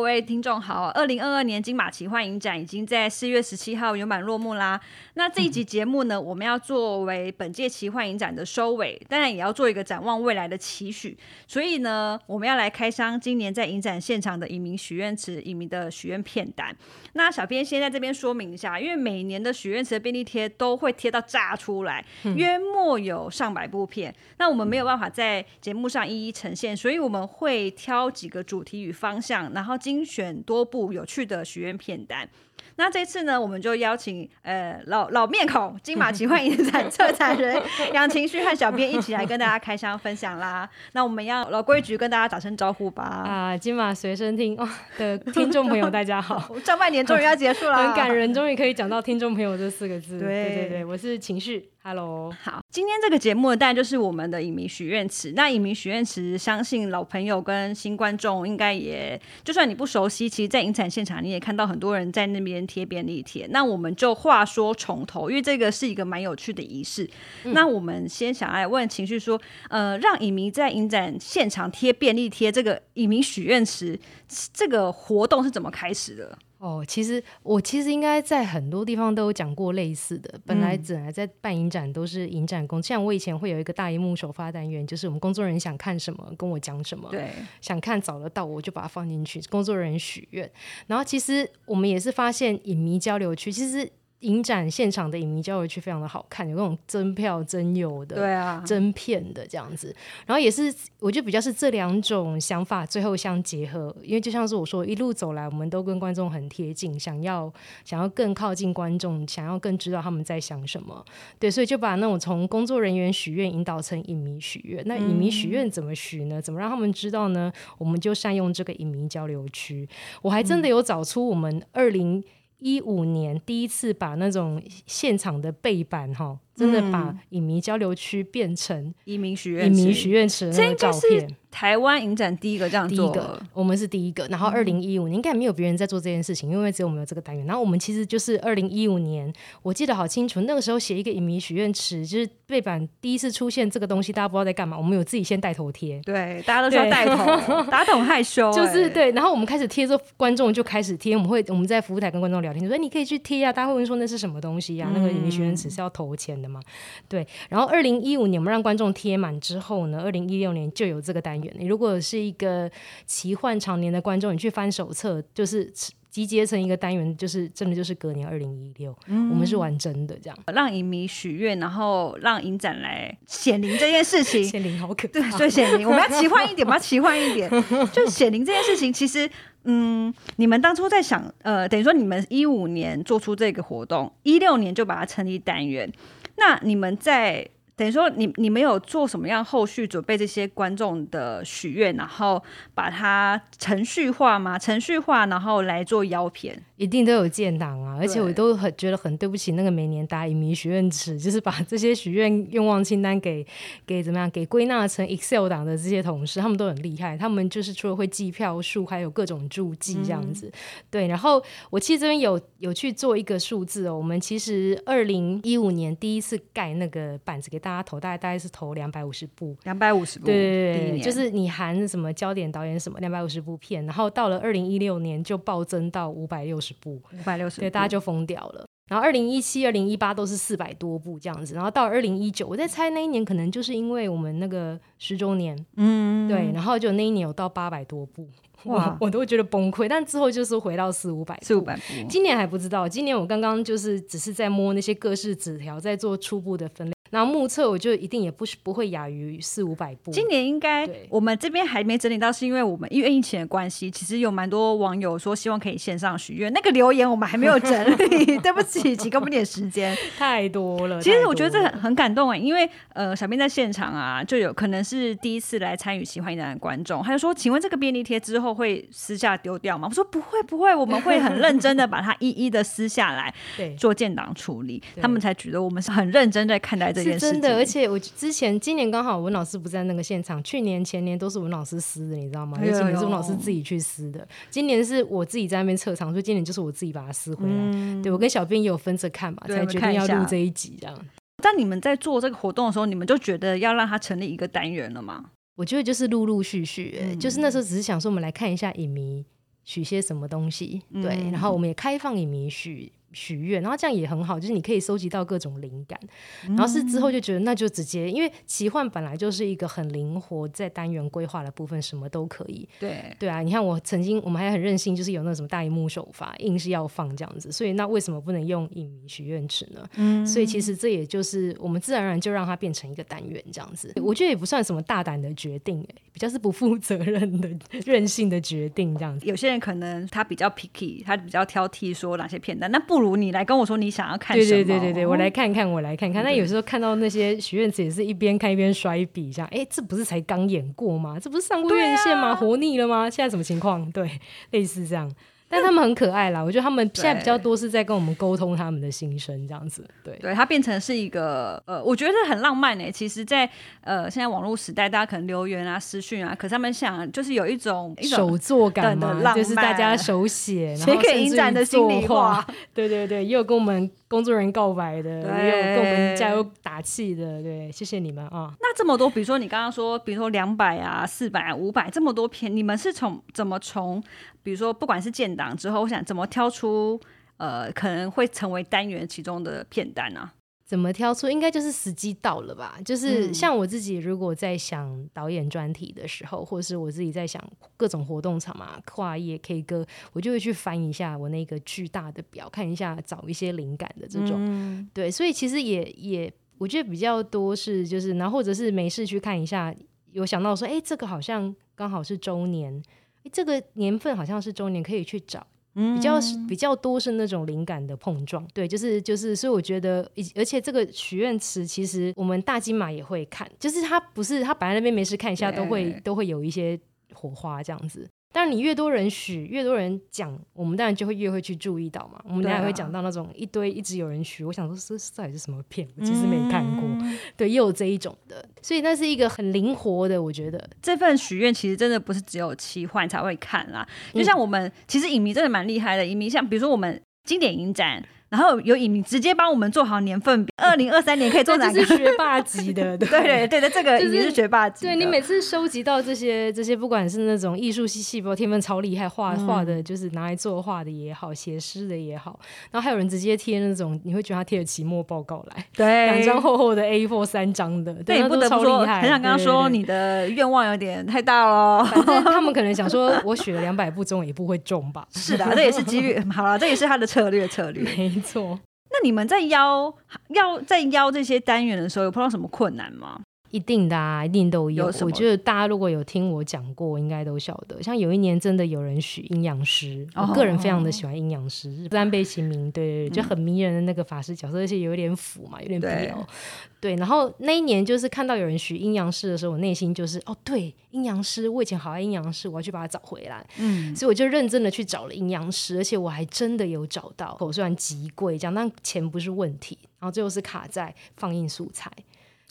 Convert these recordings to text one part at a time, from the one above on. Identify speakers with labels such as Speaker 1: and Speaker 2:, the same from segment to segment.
Speaker 1: 位听众好，二零二二年金马奇幻影展已经在四月十七号圆满落幕啦。那这一集节目呢，我们要作为本届奇幻影展的收尾，当然也要做一个展望未来的期许。所以呢，我们要来开箱今年在影展现场的影迷许愿池、影迷的许愿片单。那小编先在这边说明一下，因为每年的许愿池的便利贴都会贴到炸出来，
Speaker 2: 嗯
Speaker 1: 约莫有上百部片。那我们没有办法在节目上一一呈现，所以我们会挑几个主题与方向，然后精选多部有趣的许愿片单。那这次呢，我们就邀请呃老老面孔金马奇幻影展策展 人杨晴旭和小编一起来跟大家开箱分享啦。那我们要老规矩跟大家打声招呼吧。
Speaker 2: 啊，金马随身 听哦的听众朋友，大家好，
Speaker 1: 哦上半年终于要结束了，
Speaker 2: 很感。人，终于可以讲到听众朋友这四个字。对
Speaker 1: 对
Speaker 2: 对对，我是情绪，Hello，
Speaker 1: 好，今天这个节目呢，当然就是我们的影迷许愿池。那影迷许愿池，相信老朋友跟新观众应该也，就算你不熟悉，其实，在影展现场你也看到很多人在那边贴便利贴。那我们就话说从头，因为这个是一个蛮有趣的仪式。
Speaker 2: 嗯
Speaker 1: 那我们先想来问情绪说，呃，让影迷在影展现场贴便利贴，这个影迷许愿池这个活动是怎么开始的？
Speaker 2: 哦，其实我其实应该在很多地方都有讲过类似的。本
Speaker 1: 嗯
Speaker 2: 来本来在办影展都是影展工，像我以前会有一个大荧幕首发单元，就是我们工作人员想看什么跟我讲什么，
Speaker 1: 对，
Speaker 2: 想看找得到我就把它放进去，工作人员许愿。然后其实我们也是发现影迷交流区，其实影展现场的影迷交流区非常的好看，有那种真票真有的，
Speaker 1: 对啊，
Speaker 2: 真片的这样子，然后也是我觉得比较是这两种想法最后相结合，因为就像是我说，一路走来我们都跟观众很贴近，想要想要更靠近观众，想要更知道他们在想什么，对，所以就把那种从工作人员许愿引导成影迷许愿。那影迷许愿怎么许呢？怎么让他们知道呢？我们就善用这个影迷交流区，我还真的有找出我们二零。一五年第一次把那种现场的背板哈，真的把影迷交流区变成
Speaker 1: 影迷嗯许愿
Speaker 2: 影
Speaker 1: 池，
Speaker 2: 迷许愿池的
Speaker 1: 这
Speaker 2: 那
Speaker 1: 应
Speaker 2: 个
Speaker 1: 该
Speaker 2: 照
Speaker 1: 是
Speaker 2: 片。
Speaker 1: 台湾影展第一个嗯这样
Speaker 2: 第
Speaker 1: 做
Speaker 2: 一个，我们是第一个。然后二零一五年应该没有别人在做这件事情，因为只有我们有这个单元。然后我们其实就是二零一五年，我记得好清楚，那个时候写一个影迷许愿池，就是背板第一次出现这个东西，大家不知道在干嘛。我们有自己先带头贴，
Speaker 1: 对，大家都说
Speaker 2: 对
Speaker 1: 带 头，打桶害羞、
Speaker 2: 就是
Speaker 1: 哎，
Speaker 2: 对，然后我们开始贴之后，观众就开始贴，我们会我们在服务台跟观众聊天，就说、哎你可以去贴呀、大家会问说那是什么东西啊呀、那个影迷学生只是要投钱的嘛，对。然后二零一五年我们让观众贴满之后呢，二零一六年就有这个单元。你如果是一个奇幻常年的观众，你去翻手册，就是集结成一个单元，就是真的就是隔年二零一六，我们是玩真的这样。
Speaker 1: 让影迷许愿，然后让影展来显灵这件事情。
Speaker 2: 千灵好可
Speaker 1: 对，
Speaker 2: 怕，
Speaker 1: 所以显灵，我们要奇幻一点，我们要奇幻一点。就显灵这件事情，其实，嗯，你们当初在想，呃，等于说你们一五年做出这个活动，一六年就把它成立单元。那你们在等于说你，你们有做什么样后续准备这些观众的许愿，然后把它程序化吗？程序化，然后来做腰片。
Speaker 2: 一定都有建档啊，而且
Speaker 1: 对
Speaker 2: 我都很觉得很对不起那个每年打影迷许愿池，就是把这些许愿愿望清单给给怎么样给归纳成 Excel 档的这些同事，他们都很厉害，他们就是除了会计票数，还有各种注记这样
Speaker 1: 嗯
Speaker 2: 子。对，然后我其实这边有有去做一个数字哦，我们其实二零一五年第一次盖那个板子给大家投，大概大概是投两百五十部，
Speaker 1: 两百五十部，
Speaker 2: 对
Speaker 1: 哦第一
Speaker 2: 对对，
Speaker 1: 年
Speaker 2: 就是你含什么焦点导演什么两百五十部片，然后到了二零一六年就暴增到五百六十部。
Speaker 1: 五百六十，
Speaker 2: 对，大家就疯掉了。然后二零一七、二零一八都是四百多部这样子，然后到二零一九，我在猜那一年可能就是因为我们那个十周年，嗯，对，然后就那一年有到八百多部，
Speaker 1: 哇
Speaker 2: 哇，我都觉得崩溃。但之后就是回到四五百，
Speaker 1: 四五百部，
Speaker 2: 今年还不知道，今年我刚刚就是只是在摸那些各式纸条，在做初步的分类，然后目测我就一定也不是不会亚于四五百部。
Speaker 1: 今年应该
Speaker 2: 对
Speaker 1: 我们这边还没整理到，是因为我们因为疫情的关系，其实有蛮多网友说希望可以线上许愿，那个留言我们还没有整理，对不起，请给我们点时 间。
Speaker 2: 太多了，
Speaker 1: 其
Speaker 2: 太
Speaker 1: 实
Speaker 2: 多
Speaker 1: 我觉得这
Speaker 2: 了
Speaker 1: 很很感动哎，因为呃，小编在现场啊，就有可能是第一次来参与喜欢一男的观众，他就说：“请问这个便利贴之后会私下丢掉吗？”我说：“不会，不会，我们会很认真的把它一一的撕下来
Speaker 2: 对。
Speaker 1: 做建档处理。”
Speaker 2: 对
Speaker 1: 他们才觉得我们是很认真在看待这件
Speaker 2: 是
Speaker 1: 事情，
Speaker 2: 真的，而且我之前今年刚好文老师不在那个现场，去年前年都是文老师撕的，你知道吗？
Speaker 1: 哎呦
Speaker 2: 有几年是文老师自己去撕的，今年是我自己在那边撤场，所以今年就是我自己把它撕回来。对我跟小编也有分着看嘛，
Speaker 1: 嗯对
Speaker 2: 才决定要
Speaker 1: 我们看一
Speaker 2: 录
Speaker 1: 下
Speaker 2: 这一集这样。
Speaker 1: 但你们在做这个活动的时候，你们就觉得要让它成立一个单元了吗？
Speaker 2: 我觉得就是陆陆续续、欸就是那时候只是想说，我们来看一下影迷许些什么东西，对，然后我们也开放影迷许许愿，然后这样也很好，就是你可以收集到各种灵感，然后是之后就觉得那就直接，因为奇幻本来就是一个很灵活，在单元规划的部分什么都可以，
Speaker 1: 对，
Speaker 2: 对啊，你看我曾经我们还很任性，就是有那种什么大荧幕首发，硬是要放这样子，所以那为什么不能用影迷许愿池呢？嗯，所以其实这也就是我们自然而然就让它变成一个单元这样子，我觉得也不算什么大胆的决定、欸，比较是不负责任的 任性的决定这样子。
Speaker 1: 有些人可能他比较 picky，他比较挑剔，说哪些片段，那不如你来跟我说你想要看
Speaker 2: 对
Speaker 1: 什么。哦
Speaker 2: 对对对对，我来看看，我来看看。那有时候看到那些许愿池也是一边看一边摔笔，这样，哎，这不是才刚演过吗？这不是上过院线
Speaker 1: 啊
Speaker 2: 吗？活腻了吗？现在什么情况？对，类似这样。但他们很可爱啦，我觉得他们现在比较多是在跟我们沟通他们的心声，这样子。对，
Speaker 1: 对它变成是一个呃，我觉得很浪漫呢、欸其实在，呃现在网络时代，大家可能留言啊、私讯啊，可是他们想就是有一种一种
Speaker 2: 手作感
Speaker 1: 等的
Speaker 2: 嘛，
Speaker 1: 浪
Speaker 2: 就是大家
Speaker 1: 漫
Speaker 2: 手写，然
Speaker 1: 写
Speaker 2: 后
Speaker 1: 给
Speaker 2: 甚
Speaker 1: 影
Speaker 2: 至
Speaker 1: 展
Speaker 2: 于
Speaker 1: 的心
Speaker 2: 作
Speaker 1: 里
Speaker 2: 画
Speaker 1: 话。
Speaker 2: 对对对，也有跟我们工作人员告白的，也有跟我们加油打气的，对，谢谢你们啊。
Speaker 1: 那这么多，比如说你刚刚说，比如说两百啊、四百啊、五百这么多片，你们是从怎么从，比如说不管是建档之后，我想怎么挑出呃可能会成为单元其中的片单啊？
Speaker 2: 怎么挑出？应该就是时机到了吧。就是像我自己，如果在想导演专题的时候，或是我自己在想各种活动场嘛、跨业 K 歌，我就会去翻一下我那个巨大的表，看一下找一些灵感的这种。
Speaker 1: 嗯
Speaker 2: 对，所以其实也也，我觉得比较多是就是，然后或者是没事去看一下，有想到说，哎，这个好像刚好是周年，诶这个年份好像是周年，可以去找。比较是比较多是那种灵感的碰撞，对，就是就是，所以我觉得，以而且这个许愿池其实我们大金马也会看，就是它不是它摆在那边没事看一下，
Speaker 1: 对
Speaker 2: 都会都会有一些火花这样子。当然，你越多人许，越多人讲，我们当然就会越会去注意到嘛。我们当然
Speaker 1: 对啊
Speaker 2: 会讲到那种一堆一直有人许，我想说这这到底是什么片？我其实没看过，对，也有这一种的，所以那是一个很灵活的，我觉得
Speaker 1: 这份许愿其实真的不是只有奇幻才会看啦，
Speaker 2: 嗯
Speaker 1: 就像我们、其实影迷真的蛮厉害的，影迷像比如说我们经典影展，然后有影迷直接帮我们做好年份表，二零二三年可以做
Speaker 2: 这
Speaker 1: 哪
Speaker 2: 就
Speaker 1: 个？
Speaker 2: 是学霸级的， 对
Speaker 1: 对对对的，这个
Speaker 2: 就是
Speaker 1: 影迷是学霸级的。
Speaker 2: 对你每次收集到这些这些，不管是那种艺术系细胞天分超厉害，画画的就是拿来作画的也好，写诗的也好，然后还有人直接贴那种，你会觉得他贴了期末报告来，
Speaker 1: 对
Speaker 2: 两张厚厚的 A4 三张的，
Speaker 1: 哎对，
Speaker 2: 那
Speaker 1: 你不
Speaker 2: 都
Speaker 1: 得不
Speaker 2: 超
Speaker 1: 说，
Speaker 2: 厉害
Speaker 1: 很想跟他
Speaker 2: 对
Speaker 1: 说
Speaker 2: 对对
Speaker 1: 你的愿望有点太大喽。
Speaker 2: 反正他们可能想说，我许了两百步，总有一步会中吧？
Speaker 1: 是的，这也是几率。 好了，这也是他的策略策略。
Speaker 2: 没错。
Speaker 1: 那你们在邀要在邀这些单元的时候，有碰到什么困难吗？
Speaker 2: 一定的啊，一定都有。
Speaker 1: 有什么
Speaker 2: 我觉得大家如果有听我讲过，应该都晓得。像有一年真的有人许阴阳师，
Speaker 1: 哦嗯
Speaker 2: 我个人非常的喜欢阴阳师，日本贝其名，对对对，就很迷人的那个法师角色，而且有点腐嘛，有点
Speaker 1: 对
Speaker 2: BL。对，然后那一年就是看到有人许阴阳师的时候，我内心就是哦，对，阴阳师，我以前好爱阴阳师，我要去把它找回来。
Speaker 1: 嗯，
Speaker 2: 所以我就认真的去找了阴阳师，而且我还真的有找到。我虽然极贵这样，但钱不是问题。然后最后是卡在放映素材。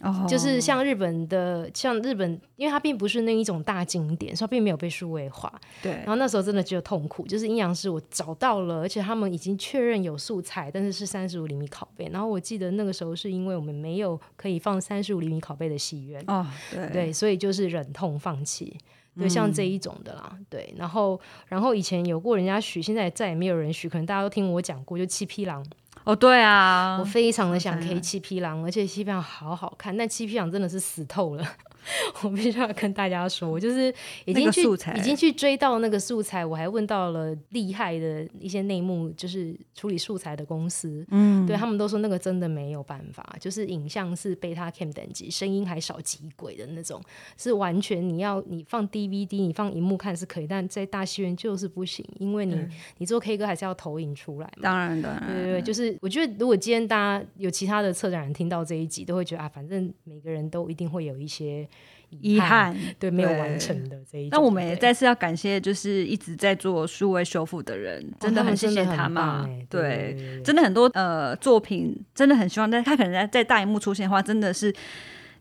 Speaker 1: 哦
Speaker 2: 就是像日本的，像日本，因为它并不是那一种大经典，所以它并没有被数位化。
Speaker 1: 对
Speaker 2: 然，后那时候真的只有痛苦，就是阴阳师我找到了，而且他们已经确认有素材，但是是三十五厘米拷贝。然后我记得那个时候是因为我们没有可以放三十五厘米拷贝的戏院，
Speaker 1: 哦，对嗯
Speaker 2: 对，所以就是忍痛放弃。对，像这一种的啦，对，然后，然后以前有过人家许，现在再也没有人许，可能大家都听我讲过，就七匹狼，
Speaker 1: 哦，对啊
Speaker 2: 我，非常的想
Speaker 1: 想
Speaker 2: K 七匹狼，而且七匹狼好好看，但七匹狼真的是死透了。 我必须要跟大家说，我就是
Speaker 1: 那
Speaker 2: 已经
Speaker 1: 个
Speaker 2: 去、
Speaker 1: 素材
Speaker 2: 已经去追到那个素材，我还问到了厉害的一些内幕，就是处理素材的公司，嗯，对他们都说那个真的没有办法，就是影像是 beta cam 等级，声音还少几轨的那种，是完全你要你放 DVD，你放荧幕看是可以，但在大戏院就是不行，因为你、你做 K 歌还是要投影出来嘛，
Speaker 1: 当然当然，
Speaker 2: 对对对，就是我觉得如果今天大家有其他的策展人听到这一集，都会觉得啊，反正每个人都一定会有一些
Speaker 1: 遗憾。
Speaker 2: 对没有
Speaker 1: 对
Speaker 2: 完成的这一种。
Speaker 1: 那我们也
Speaker 2: 对
Speaker 1: 再次要感谢，就是一直在做数位修复的人，真的
Speaker 2: 哦他们
Speaker 1: 谢
Speaker 2: 真的
Speaker 1: 谢
Speaker 2: 很
Speaker 1: 他
Speaker 2: 棒
Speaker 1: 们
Speaker 2: 欸。对对对
Speaker 1: 真的很多呃作品，真的很希望，但他可能在在大荧幕出现的话，真的是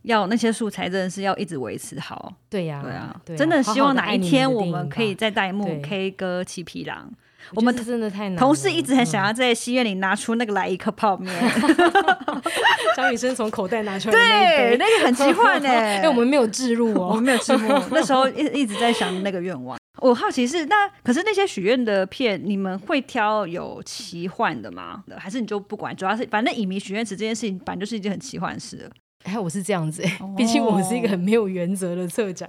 Speaker 1: 要那些素材真的是要一直维持好。
Speaker 2: 对呀、
Speaker 1: 对啊，
Speaker 2: 对
Speaker 1: 真的希望哪一天我
Speaker 2: 好好地爱你
Speaker 1: 们
Speaker 2: 的
Speaker 1: 可以在大荧幕
Speaker 2: 对
Speaker 1: K 歌七匹狼，我们
Speaker 2: 觉得这真的太难了。
Speaker 1: 同事一直很想要在西院里拿出那个来一颗 泡面，
Speaker 2: 张雨生从口袋拿出来的那一
Speaker 1: 对，
Speaker 2: 杯，
Speaker 1: 那个很奇 幻呢、
Speaker 2: 因为我们没有置入
Speaker 1: 我
Speaker 2: 哦。
Speaker 1: 没有吃过，那时候一一直在想那个愿望。我好奇是那可是那些许愿的片，你们会挑有奇幻的吗？还是你就不管？主要是反正影迷许愿池这件事情，本来就是一件很奇幻的事了。
Speaker 2: 哎，我是这样子、
Speaker 1: 哦
Speaker 2: 毕竟我是一个很没有原则的策展，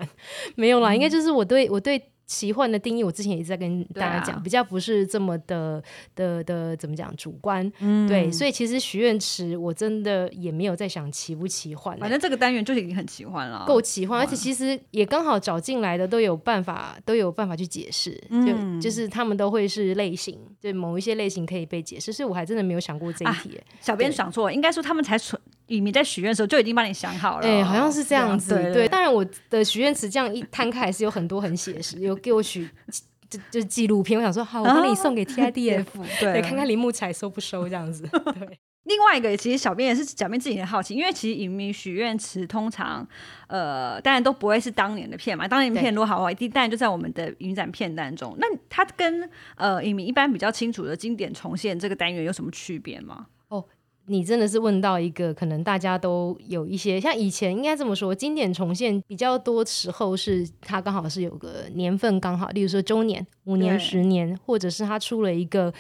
Speaker 2: 没有啦，应该就是我对我对奇幻的定义，我之前也在跟大家
Speaker 1: 嗯对
Speaker 2: 讲，
Speaker 1: 啊
Speaker 2: 比较不是这么的的的怎么讲主观，
Speaker 1: 嗯
Speaker 2: 对，所以其实许愿池我真的也没有在想奇不奇幻、
Speaker 1: 反正这个单元就已经很奇幻了。
Speaker 2: 够奇幻，而且其实也刚好找进来的都有办法，都有办法去解释，
Speaker 1: 嗯
Speaker 2: 就就是他们都会是类型，对某一些类型可以被解释，所以我还真的没有想过
Speaker 1: 啊
Speaker 2: 这一题、欸
Speaker 1: 小编想错，应该说他们才存影迷在许愿的时候就已经帮你想好了。
Speaker 2: 哎、好像是这样子。
Speaker 1: 对啊
Speaker 2: 对，当然我的许愿池这样一摊开，还是有很多很写实， 有给我许就就纪录片。我想说，好，我帮你 送给 TIDF，、
Speaker 1: 啊对啊
Speaker 2: 对，看看林木才收不收这样子。 对，
Speaker 1: 另外一个，其实小编也是小编自己很好奇，因为其实影迷许愿池通常，呃，当然都不会是当年的片嘛，当年的片
Speaker 2: 对
Speaker 1: 如果好话，一定当然就在我们的影展片单中。那它跟呃影迷一般比较清楚的经典重现这个单元有什么区别吗？
Speaker 2: 你真的是问到一个可能大家都有一些像以前应该这么说，经典重现比较多时候是它刚好是有个年份刚好，例如说周年、五年、
Speaker 1: 对
Speaker 2: 十年，或者是它出了一个。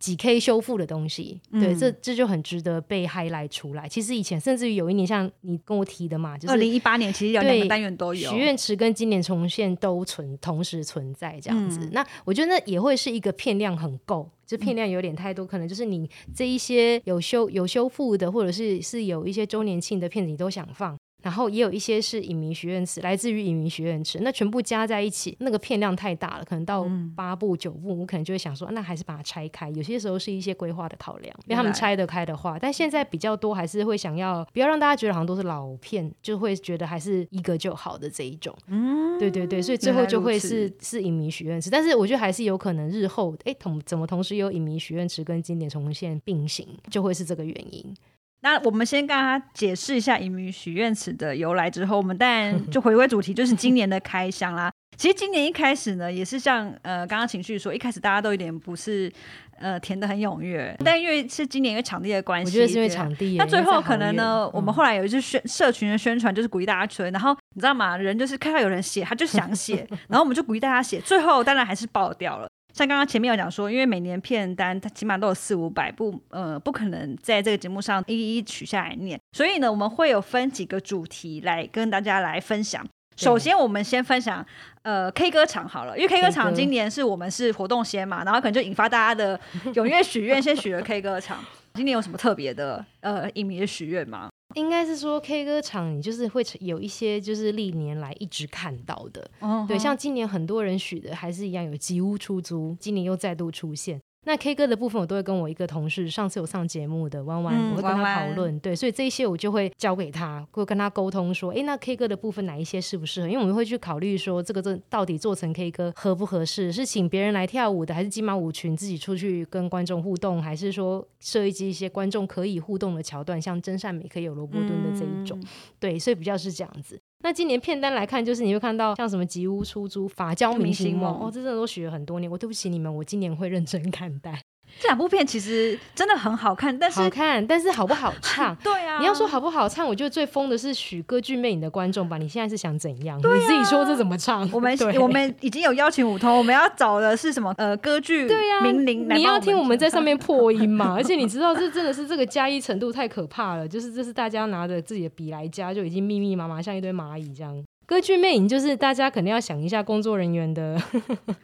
Speaker 2: 几 K 修复的东西，
Speaker 1: 嗯
Speaker 2: 对，这这就很值得被 highlight 出来。其实以前甚至于有一年，像你跟我提的嘛，就
Speaker 1: 二
Speaker 2: 是
Speaker 1: 零一八年其实有两个
Speaker 2: 对
Speaker 1: 单元都有
Speaker 2: 许，愿池跟经典重现都存同时存在这样子。
Speaker 1: 嗯
Speaker 2: 那我觉得那也会是一个片量很够，就片量有点太多，可能就是你这一些有修有修复的，或者是是有一些周年庆的片子，你都想放。然后也有一些是影迷许愿池，来自于影迷许愿池，那全部加在一起，那个片量太大了，可能到
Speaker 1: 嗯
Speaker 2: 八部九部，我可能就会想说，那还是把它拆开。有些时候是一些规划的考量，因为他
Speaker 1: 原来
Speaker 2: 们拆得开的话，但现在比较多还是会想要不要让大家觉得好像都是老片，就会觉得还是一个就好的这一种。嗯，对对对，所以最
Speaker 1: 原
Speaker 2: 后
Speaker 1: 来
Speaker 2: 就
Speaker 1: 如
Speaker 2: 会
Speaker 1: 此
Speaker 2: 是是影迷许愿池，但是我觉得还是有可能日后哎同怎么同时有影迷许愿池跟经典重现并行，就会是这个原因。
Speaker 1: 那我们先跟大家解释一下影迷许愿池的由来之后，我们当然就回归主题，就是今年的开箱啦。 其实今年一开始呢，也是像呃刚刚情绪说，一开始大家都有点不是呃填的很踊跃，但因为是今年因为场地的关
Speaker 2: 我
Speaker 1: 系，啊
Speaker 2: 觉得是因为场地耶，
Speaker 1: 那最
Speaker 2: 因为在
Speaker 1: 后可
Speaker 2: 桃
Speaker 1: 能
Speaker 2: 园
Speaker 1: 呢，我们
Speaker 2: 嗯
Speaker 1: 后来有一次宣社群的宣传，就是鼓励大家吹，然后你知道吗？人就是看到有人写，他就想 写，然后我们就鼓励大家写，最后当然还是爆掉了。像刚刚前面有讲说，因为每年片单它起码都有四五百部，呃，不可能在这个节目上一一取下来念，所以呢，我们会有分几个主题来跟大家来分享。首
Speaker 2: 对
Speaker 1: 先，我们先分享呃 K 歌场好了，因为 K 歌
Speaker 2: K
Speaker 1: 场
Speaker 2: 歌
Speaker 1: 今年是我们是活动先嘛，然后可能就引发大家 的踊跃许愿，先许了 K 歌场。今年有什么特别的呃影迷的许愿吗？
Speaker 2: 应该是说 K 歌场，你就是会有一些就是历年来一直看到的，
Speaker 1: 哦
Speaker 2: 对，像今年很多人许的还是一样有吉屋出租，今年又再度出现。那 K 歌的部分，我都会跟我一个同事，上次有上节目的弯弯，
Speaker 1: 嗯
Speaker 2: 我会跟
Speaker 1: 弯
Speaker 2: 他
Speaker 1: 弯
Speaker 2: 讨论，对，所以这一些我就会交给他，会跟他沟通说，诶，那 K 歌的部分哪一些适不适合？因为我们会去考虑说，这个这到底做成 K 歌合不合适？是请别人来跳舞的，还是金马舞群自己出去跟观众互动，还是说设计一些观众可以互动的桥段，像真善美可以有罗伯顿的这一种？
Speaker 1: 嗯
Speaker 2: 对，所以比较是这样子。那今年片单来看，就是你会看到像什么吉屋出租、法教
Speaker 1: 明
Speaker 2: 明
Speaker 1: 星
Speaker 2: 星梦，
Speaker 1: 梦
Speaker 2: 哦，这真的都学了很多年。我对不起你们，我今年会认真看待。
Speaker 1: 这两部片其实真的很好看，但是
Speaker 2: 好看，但是好不好唱？
Speaker 1: 对啊，
Speaker 2: 你要说好不好唱，我觉得最疯的是许歌剧魅影的观众吧。你现在是想怎样？你自己说这怎么唱？
Speaker 1: 啊我们
Speaker 2: 对
Speaker 1: 我们已经有邀请舞通，我们要找的是什么？呃，歌剧
Speaker 2: 对呀、
Speaker 1: 名伶来
Speaker 2: 你
Speaker 1: 帮
Speaker 2: 要听我们在
Speaker 1: 讲
Speaker 2: 上面 破音嘛？而且你知道，这真的是这个加一程度太可怕了，就是这是大家拿着自己的笔来加，就已经密密麻麻像一堆蚂蚁这样。歌剧魅影就是大家可能要想一下工作人员的，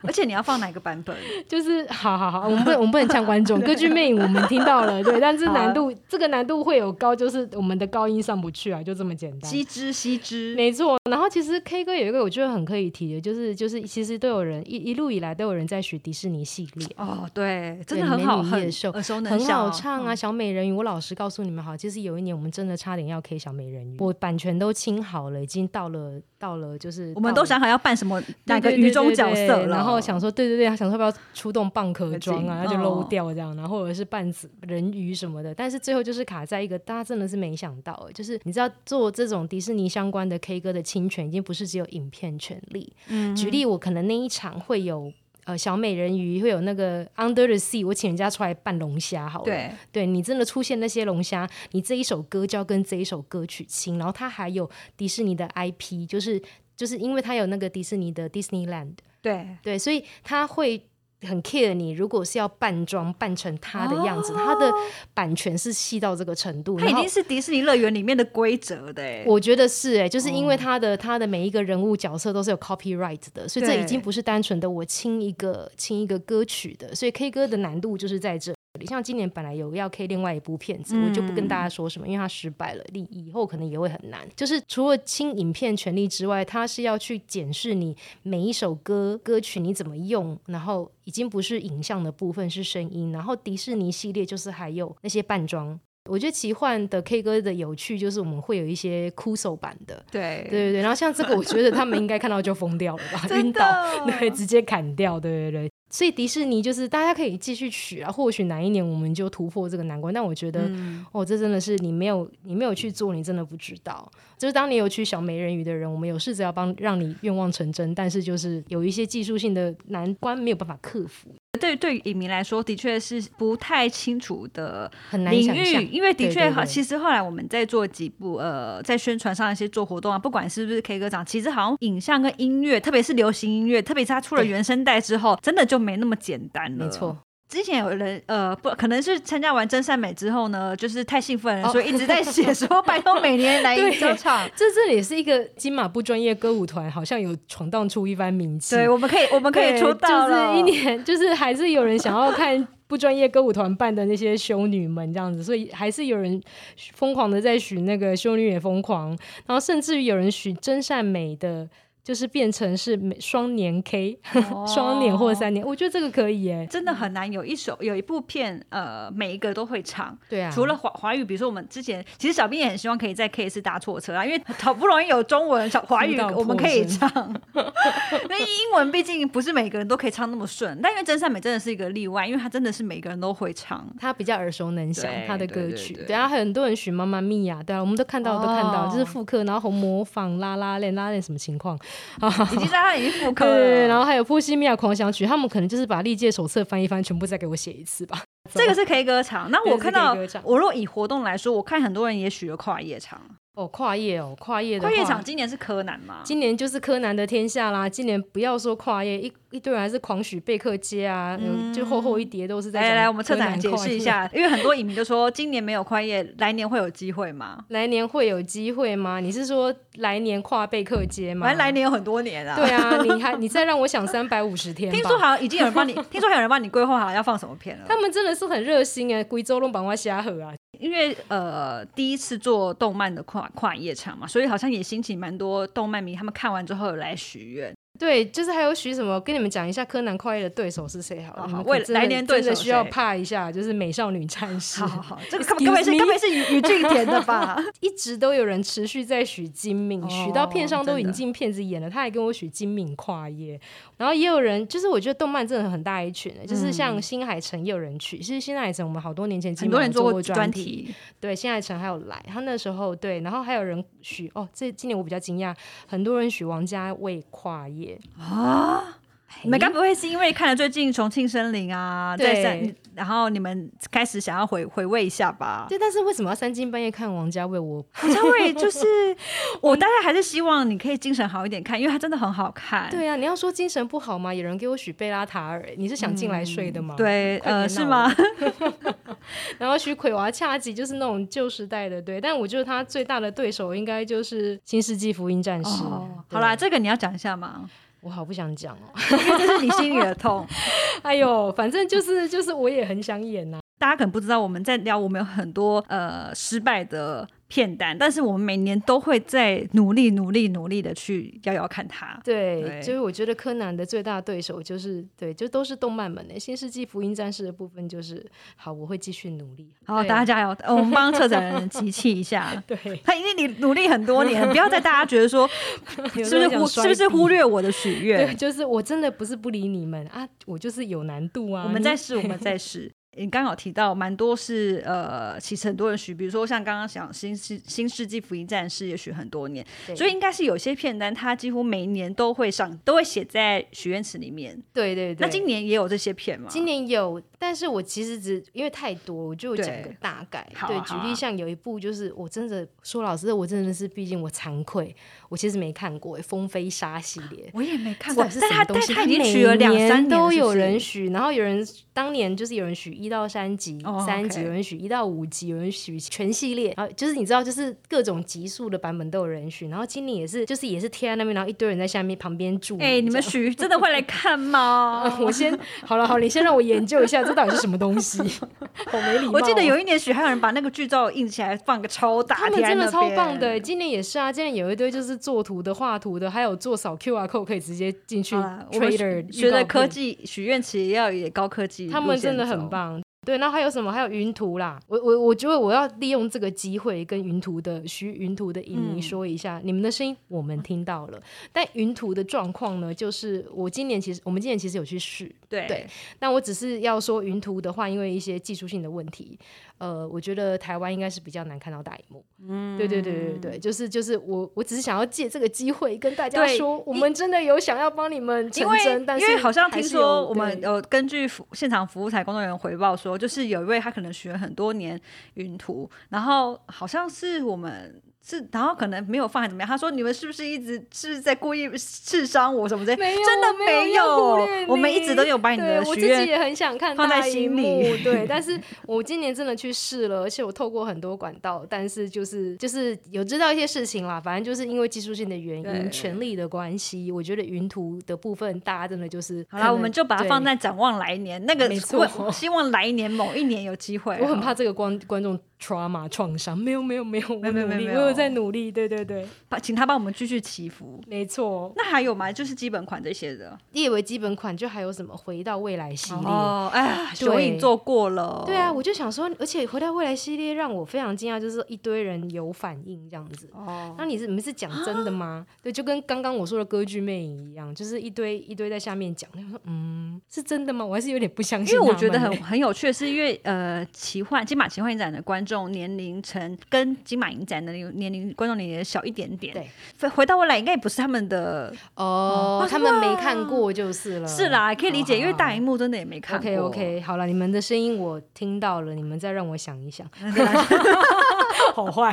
Speaker 1: 而且你要放哪个版 本？
Speaker 2: 就是好好好，我们不能我们不能呛观 众。歌剧魅影我们听到了，对，但是难度这个难度会有高，就是我们的高音上不去啊，就这么简单。
Speaker 1: 西之西之，
Speaker 2: 没错，然后其实 K 歌有一个我觉得很可以提的，就是就是其实都有人一一路以来都有人在学迪士尼系列，
Speaker 1: 哦，对，真的
Speaker 2: 对
Speaker 1: 很
Speaker 2: 美
Speaker 1: 好，
Speaker 2: 女
Speaker 1: 很
Speaker 2: 野兽
Speaker 1: 耳熟能
Speaker 2: 很
Speaker 1: 详
Speaker 2: 好
Speaker 1: 哦，
Speaker 2: 唱啊，小美人鱼。我老实告诉你们，哈，其实有一年我们真的差点要 K 小美人鱼，我版权都清好了，已经到了到了，就是
Speaker 1: 我们
Speaker 2: 到
Speaker 1: 都
Speaker 2: 了
Speaker 1: 想好要扮什么哪个
Speaker 2: 对对
Speaker 1: 雨中
Speaker 2: 对
Speaker 1: 角
Speaker 2: 对
Speaker 1: 色了，
Speaker 2: 然后想说，对对对，他想说要不要出动蚌壳装啊，
Speaker 1: 很
Speaker 2: 那
Speaker 1: 近
Speaker 2: 就
Speaker 1: 哦
Speaker 2: 漏掉这样，然后或者是扮子人鱼什么的，但是最后就是卡在一个，大家真的是没想到，就是你知道做这种迪士尼相关
Speaker 1: 嗯
Speaker 2: 的 K 歌的侵权，已经不是只有影片权利。举例，我可能那一场会有。呃小美人鱼，会有那个 Under the Sea，我请人家出来扮龙虾好了。
Speaker 1: 对，
Speaker 2: 对你真的出现那些龙虾，你这一首歌就要跟这一首歌曲亲，然后它还有迪士尼的 IP，就是就是因为它有那个迪士尼的 Disneyland，
Speaker 1: 对，
Speaker 2: 对，所以它会。很 care 你，如果是要扮装扮成它的样子，它的版权是细到这个程度，
Speaker 1: 哦它
Speaker 2: 然
Speaker 1: 已
Speaker 2: 后
Speaker 1: 经是迪士尼乐园里面的规则的哎，
Speaker 2: 我觉得是哎、就是因
Speaker 1: 哦
Speaker 2: 为他的、他的每一个人物角色都是有 copyright 的，所以这
Speaker 1: 对
Speaker 2: 已经不是单纯的我亲一个亲一个歌曲的，所以 K 歌的难度就是在这里。像今年本来有要 K 另外一部片子，
Speaker 1: 嗯
Speaker 2: 我就不跟大家说什么，因为它失败了，你以后可能也会很难。就是除了亲影片权利之外，它是要去检视你每一首歌歌曲你怎么用，然后已经不是影像的部分是声音，然后迪士尼系列就是还有那些扮装。我觉得奇幻的 K 歌的有趣就是我们会有一些哭手版的，
Speaker 1: 对，
Speaker 2: 对对对。然后像这个，我觉得他们应该看到就疯掉了吧晕
Speaker 1: 真
Speaker 2: 倒，
Speaker 1: 的
Speaker 2: 对，直接砍掉，对对对。所以迪士尼就是大家可以继续取啊，或许哪一年我们就突破这个难关。但我觉得，
Speaker 1: 嗯
Speaker 2: 哦，这真的是你没有你没有去做，你真的不知道。就是当你有去小美人鱼的人，我们有试着要帮让你愿望成真，但是就是有一些技术性的难关没有办法克服，
Speaker 1: 对对于影迷来说，的确是不太清楚的
Speaker 2: 很难
Speaker 1: 领
Speaker 2: 想象
Speaker 1: 域，。因为的
Speaker 2: 对
Speaker 1: 确
Speaker 2: 对
Speaker 1: 好，
Speaker 2: 对
Speaker 1: 其实后来我们在做几部呃，在宣传上一些做活动啊，不管是不是 K 歌奖，其实好像影像跟音乐，特别是流行音乐，特别是它出了
Speaker 2: 对
Speaker 1: 原声带之后，真的就没那么简单了。
Speaker 2: 没错，，
Speaker 1: 之前有人呃，不可能是参加完真善美之后呢，就是太兴奋了，
Speaker 2: 哦
Speaker 1: 所以一直在写说 拜托每年来一
Speaker 2: 对
Speaker 1: 周 场。
Speaker 2: 这这里是一个金马不专业歌舞团，好像有闯荡出一番名气。
Speaker 1: 对，我们可以，我们可以
Speaker 2: 对
Speaker 1: 出道了。
Speaker 2: 就是一年， 就是还是有人想要看不专业歌舞团办的那些修女们这样子，所以还是有人疯狂的在许那个修女也疯狂，然后甚至于有人许真善美的。就是变成是美双年 K，
Speaker 1: 哦
Speaker 2: 双年或三年，我觉得这个可以耶。
Speaker 1: 真的很难有一首有一部片，呃，每一个都会唱。
Speaker 2: 对啊，
Speaker 1: 除了华华语，比如说我们之前，其实小编也很希望可以在 K 四搭错车啊，因为好不容易有中文小华语，
Speaker 2: 哭到破
Speaker 1: 我们可以唱。那英文毕竟不是每个人都可以唱那么顺，但因为真善美真的是一个例外，因为她真的是每个人都会唱。
Speaker 2: 他比较耳熟能详
Speaker 1: 对，
Speaker 2: 他的
Speaker 1: 对
Speaker 2: 歌
Speaker 1: 对
Speaker 2: 曲，
Speaker 1: 对
Speaker 2: 对啊，很多人许《妈妈咪呀》，对啊，我们都看到，都看到，
Speaker 1: 哦
Speaker 2: 就是复刻，然后红模仿拉拉链，拉链什么情况？
Speaker 1: 已经在她已经复刻
Speaker 2: 对
Speaker 1: 了，
Speaker 2: 对对，然后还有《波西米亚狂想曲》，他们可能就是把历届手册翻一翻，全部再给我写一次吧。
Speaker 1: 这个是 K 歌场。那
Speaker 2: 对
Speaker 1: 我
Speaker 2: 是
Speaker 1: 看到
Speaker 2: K 歌场，
Speaker 1: 我如果以活动来说，我看很多人也许了跨夜场，
Speaker 2: 哦，跨业哦，跨业的
Speaker 1: 跨
Speaker 2: 话
Speaker 1: 夜场今年是柯南嘛？
Speaker 2: 今年就是柯南的天下啦。今年不要说跨业，一一堆人还是狂许贝克街啊，嗯就厚厚一叠都是在
Speaker 1: 来来
Speaker 2: 讲
Speaker 1: 来，我们
Speaker 2: 柯
Speaker 1: 策
Speaker 2: 南
Speaker 1: 展解
Speaker 2: 跨
Speaker 1: 释
Speaker 2: 业
Speaker 1: 一。下，因为很多影迷就说今年没有跨夜，来年会有机会吗？
Speaker 2: 来年会有机会吗？你是说来年跨贝克街吗？
Speaker 1: 反正来年有很多年啊。
Speaker 2: 对 啊，你还你再让我想三百五十天吧。
Speaker 1: 听说好像已经有人 帮你，听说还有人帮你规划好要放什么片了
Speaker 2: 他。们真的是很热心哎，贵州弄板花虾河啊，
Speaker 1: 因为呃，第一次做动漫的跨跨夜场嘛，所以好像也兴起蛮多动漫迷，他们看完之后有来许愿。
Speaker 2: 对，就是还有许什么，跟你们讲一下柯南跨越的对手是谁好了。
Speaker 1: 好
Speaker 2: 你们
Speaker 1: 好
Speaker 2: 可
Speaker 1: 为了
Speaker 2: 真的
Speaker 1: 来年对手
Speaker 2: 真的需要
Speaker 1: 谁
Speaker 2: 怕一下，就是美少女战士。
Speaker 1: 好好好，这 个
Speaker 2: Excuse
Speaker 1: 根本是
Speaker 2: me
Speaker 1: 根本是语语句填的 吧？
Speaker 2: 一直都有人持续在许金敏，
Speaker 1: 哦
Speaker 2: 许到片上都已
Speaker 1: 真的
Speaker 2: 经进骗子演了，他还跟我许金敏跨夜。然后也有人，就是我觉得动漫真的很大一群的，就是
Speaker 1: 嗯
Speaker 2: 像新海诚也有人去。其实新海诚我们好多年前
Speaker 1: 很多人
Speaker 2: 做
Speaker 1: 做
Speaker 2: 过
Speaker 1: 过
Speaker 2: 专
Speaker 1: 专
Speaker 2: 题，
Speaker 1: 题，
Speaker 2: 对，新海诚还有来，他那时候对，然后还有人许哦，这今年我比较惊讶，很多人许王家卫跨夜啊。
Speaker 1: 你们该不会是因为看了最近《重庆森林》啊，
Speaker 2: 对
Speaker 1: 在山，然后你们开始想要回回味一下吧？
Speaker 2: 对，但是为什么要三更半夜看王家卫？我
Speaker 1: 好像会 就是我大概还是希望你可以精神好一点看，因为它真的很好看。
Speaker 2: 对啊，你要说精神不好吗？有人给我许贝拉塔尔，欸你是想进来睡的吗？。
Speaker 1: 对，
Speaker 2: 快别
Speaker 1: 呃，是
Speaker 2: 闹
Speaker 1: 吗？
Speaker 2: 然后许奎娃恰吉就是那种旧时代的，对，但我觉得他最大的对手应该就是《新世纪福音战士》
Speaker 1: 哦，
Speaker 2: 对
Speaker 1: 好啦，，这个你要讲一下嘛，
Speaker 2: 我好不想讲哦。
Speaker 1: 因为这是你心里的痛。
Speaker 2: 哎呦，反正就是就是我也很想演啊呐、
Speaker 1: 大家可能不知道，我们在聊我们有很多呃失败的片单，但是我们每年都会在努力、努力、努力的去要要看它。
Speaker 2: 对，
Speaker 1: 对
Speaker 2: 就是我觉得柯南的最大对手就是对，就都是动漫们的《新世纪福音战士》的部分就是好，我会继续努力。
Speaker 1: 好，
Speaker 2: 对
Speaker 1: 大家加 油！呃我们帮策展人集气一下。
Speaker 2: 对，
Speaker 1: 他因为你努力很 多年，不要再大家觉得说
Speaker 2: 有
Speaker 1: 是
Speaker 2: 时候
Speaker 1: 不是
Speaker 2: 想
Speaker 1: 忽
Speaker 2: 摔
Speaker 1: 是不是
Speaker 2: 笔
Speaker 1: 忽略我的许
Speaker 2: 对，
Speaker 1: 愿？
Speaker 2: 就是我真的不是不理你们啊，我就是有难度啊。
Speaker 1: 我们在
Speaker 2: 你
Speaker 1: 试，我们在试。你刚好提到蛮多是呃，其实很多人许，比如说像刚刚讲《新世新世纪福音战士》也许很多年，
Speaker 2: 对
Speaker 1: 所以应该是有些片单，它几乎每一年都会上，都会写在许愿池里面。
Speaker 2: 对对对。
Speaker 1: 那今年也有这些片吗？
Speaker 2: 今年有，但是我其实只因为太多，我就
Speaker 1: 对
Speaker 2: 讲个大概。
Speaker 1: 好啊
Speaker 2: 对，
Speaker 1: 好
Speaker 2: 举
Speaker 1: 啊
Speaker 2: 例像有一部，就是我真的说老实的，我真的是，毕竟我惭愧，我其实没看过《欸风飞沙》系列。
Speaker 1: 我也没看
Speaker 2: 不
Speaker 1: 过，
Speaker 2: 管是
Speaker 1: 但
Speaker 2: 什么
Speaker 1: 他
Speaker 2: 东
Speaker 1: 但
Speaker 2: 西，
Speaker 1: 他已经取了两
Speaker 2: 每
Speaker 1: 三
Speaker 2: 年
Speaker 1: 年
Speaker 2: 都
Speaker 1: 是不
Speaker 2: 有
Speaker 1: 是
Speaker 2: 人许，然后有人当年就是有人许一到三集，
Speaker 1: 哦
Speaker 2: 三集
Speaker 1: OK
Speaker 2: 有人许一到五集，有人许全系列，然后就是你知道，就是各种集数的版本都有人许，然后今年也是，就是也是贴在那边，然后一堆人在下面旁边注明这
Speaker 1: 哎、
Speaker 2: 样。
Speaker 1: 你们许真的会来看 吗？
Speaker 2: 我先好了，好，你先让我研究一下，这到底是什么 东西？好没 礼貌哦。
Speaker 1: 我记得有一年许还有人把那个剧照印起来，放个超大
Speaker 2: 他
Speaker 1: 贴
Speaker 2: 们
Speaker 1: 在那边，
Speaker 2: 真的超棒的，今年也是啊，今年有一堆就是做图的、画图的，还有做扫 QR code 可以直接进去
Speaker 1: 好啦啊我们
Speaker 2: 嗯 Trader
Speaker 1: 学的
Speaker 2: 预告片
Speaker 1: 科，技许愿池也要也高科技，
Speaker 2: 他们真的很。棒。对，然后还有什么？还有云图啦，我我我觉得我要利用这个机会跟云图的徐云图的影迷
Speaker 1: 嗯
Speaker 2: 说一下，你们的声音我们听到了，但云图的状况呢，就是我今年其实我们今年其实有去试，
Speaker 1: 对
Speaker 2: 对但我只是要说，云图的话，因为一些技术性的问题，呃，我觉得台湾应该是比较难看到大荧幕。嗯，对对对对对，就是就是我我只是想要借这个机会跟大家
Speaker 1: 对
Speaker 2: 说，我们真的有想要帮你们
Speaker 1: 因
Speaker 2: 成
Speaker 1: 为
Speaker 2: 真，但是
Speaker 1: 因为好像听
Speaker 2: 还是
Speaker 1: 说
Speaker 2: 有
Speaker 1: 我们
Speaker 2: 对
Speaker 1: 有根据服现场服务台工作人员回报说，就是有一位他可能学了很多年云图，然后好像是我们是，然后可能没有放还怎么样？他说你们是不是一直是不是在故意刺伤我什么之类？
Speaker 2: 没有
Speaker 1: 真的
Speaker 2: 我没有要忽略
Speaker 1: 有，我们一
Speaker 2: 你
Speaker 1: 直都有把你
Speaker 2: 对
Speaker 1: 的
Speaker 2: 我
Speaker 1: 许
Speaker 2: 自
Speaker 1: 愿
Speaker 2: 己也很想看
Speaker 1: 放在
Speaker 2: 大荧
Speaker 1: 心里
Speaker 2: 幕 对，但是我今年真的去试了，而且我透过很多管道，但是就是就是有知道一些事情啦，反正就是因为技术性的原因、
Speaker 1: 对
Speaker 2: 权力的关系，我觉得云图的部分大家真的就是
Speaker 1: 好
Speaker 2: 可
Speaker 1: 啦，
Speaker 2: 能
Speaker 1: 我们就把它
Speaker 2: 对
Speaker 1: 放在展望来年那个
Speaker 2: 没，
Speaker 1: 我
Speaker 2: 错
Speaker 1: 我希望来年某一年有机会。
Speaker 2: 我很怕，这个观观众 trauma 创伤，没有没有没有，我
Speaker 1: 没有没有
Speaker 2: 努力
Speaker 1: 没有
Speaker 2: 我有在努力，对对对，
Speaker 1: 把请他帮我们继续祈福。
Speaker 2: 没错。
Speaker 1: 那还有吗？就是基本款这些的
Speaker 2: 列为基本款就还有什么回到未来系列，
Speaker 1: 哦。哎呀，
Speaker 2: 对
Speaker 1: 雄影做过了，
Speaker 2: 对啊，，我就想说，而且回到未来系列让我非常惊讶，就是一堆人有反应这样子。
Speaker 1: 哦，
Speaker 2: 那你是你们是讲真 的吗？对，就跟刚刚我说的歌剧魅影一样，就是一堆一堆在下面讲。我说，嗯，是真的吗？我还是有点不相
Speaker 1: 因
Speaker 2: 信
Speaker 1: 为
Speaker 2: 他们欸。
Speaker 1: 我觉得很很有趣，是因为呃，奇幻金马奇幻影展的观众年龄层跟金马影展的年龄观众年龄小一点点。
Speaker 2: 对
Speaker 1: 回，回到未来应该也不是他们的，
Speaker 2: 哦，他们没看过就是了。
Speaker 1: 是啦，可以理解，
Speaker 2: 好
Speaker 1: 因为大荧。
Speaker 2: 好好
Speaker 1: 幕真的也没看过。
Speaker 2: OK OK，好了，你们的声音我听到了，你们再让我想 一想， 好坏，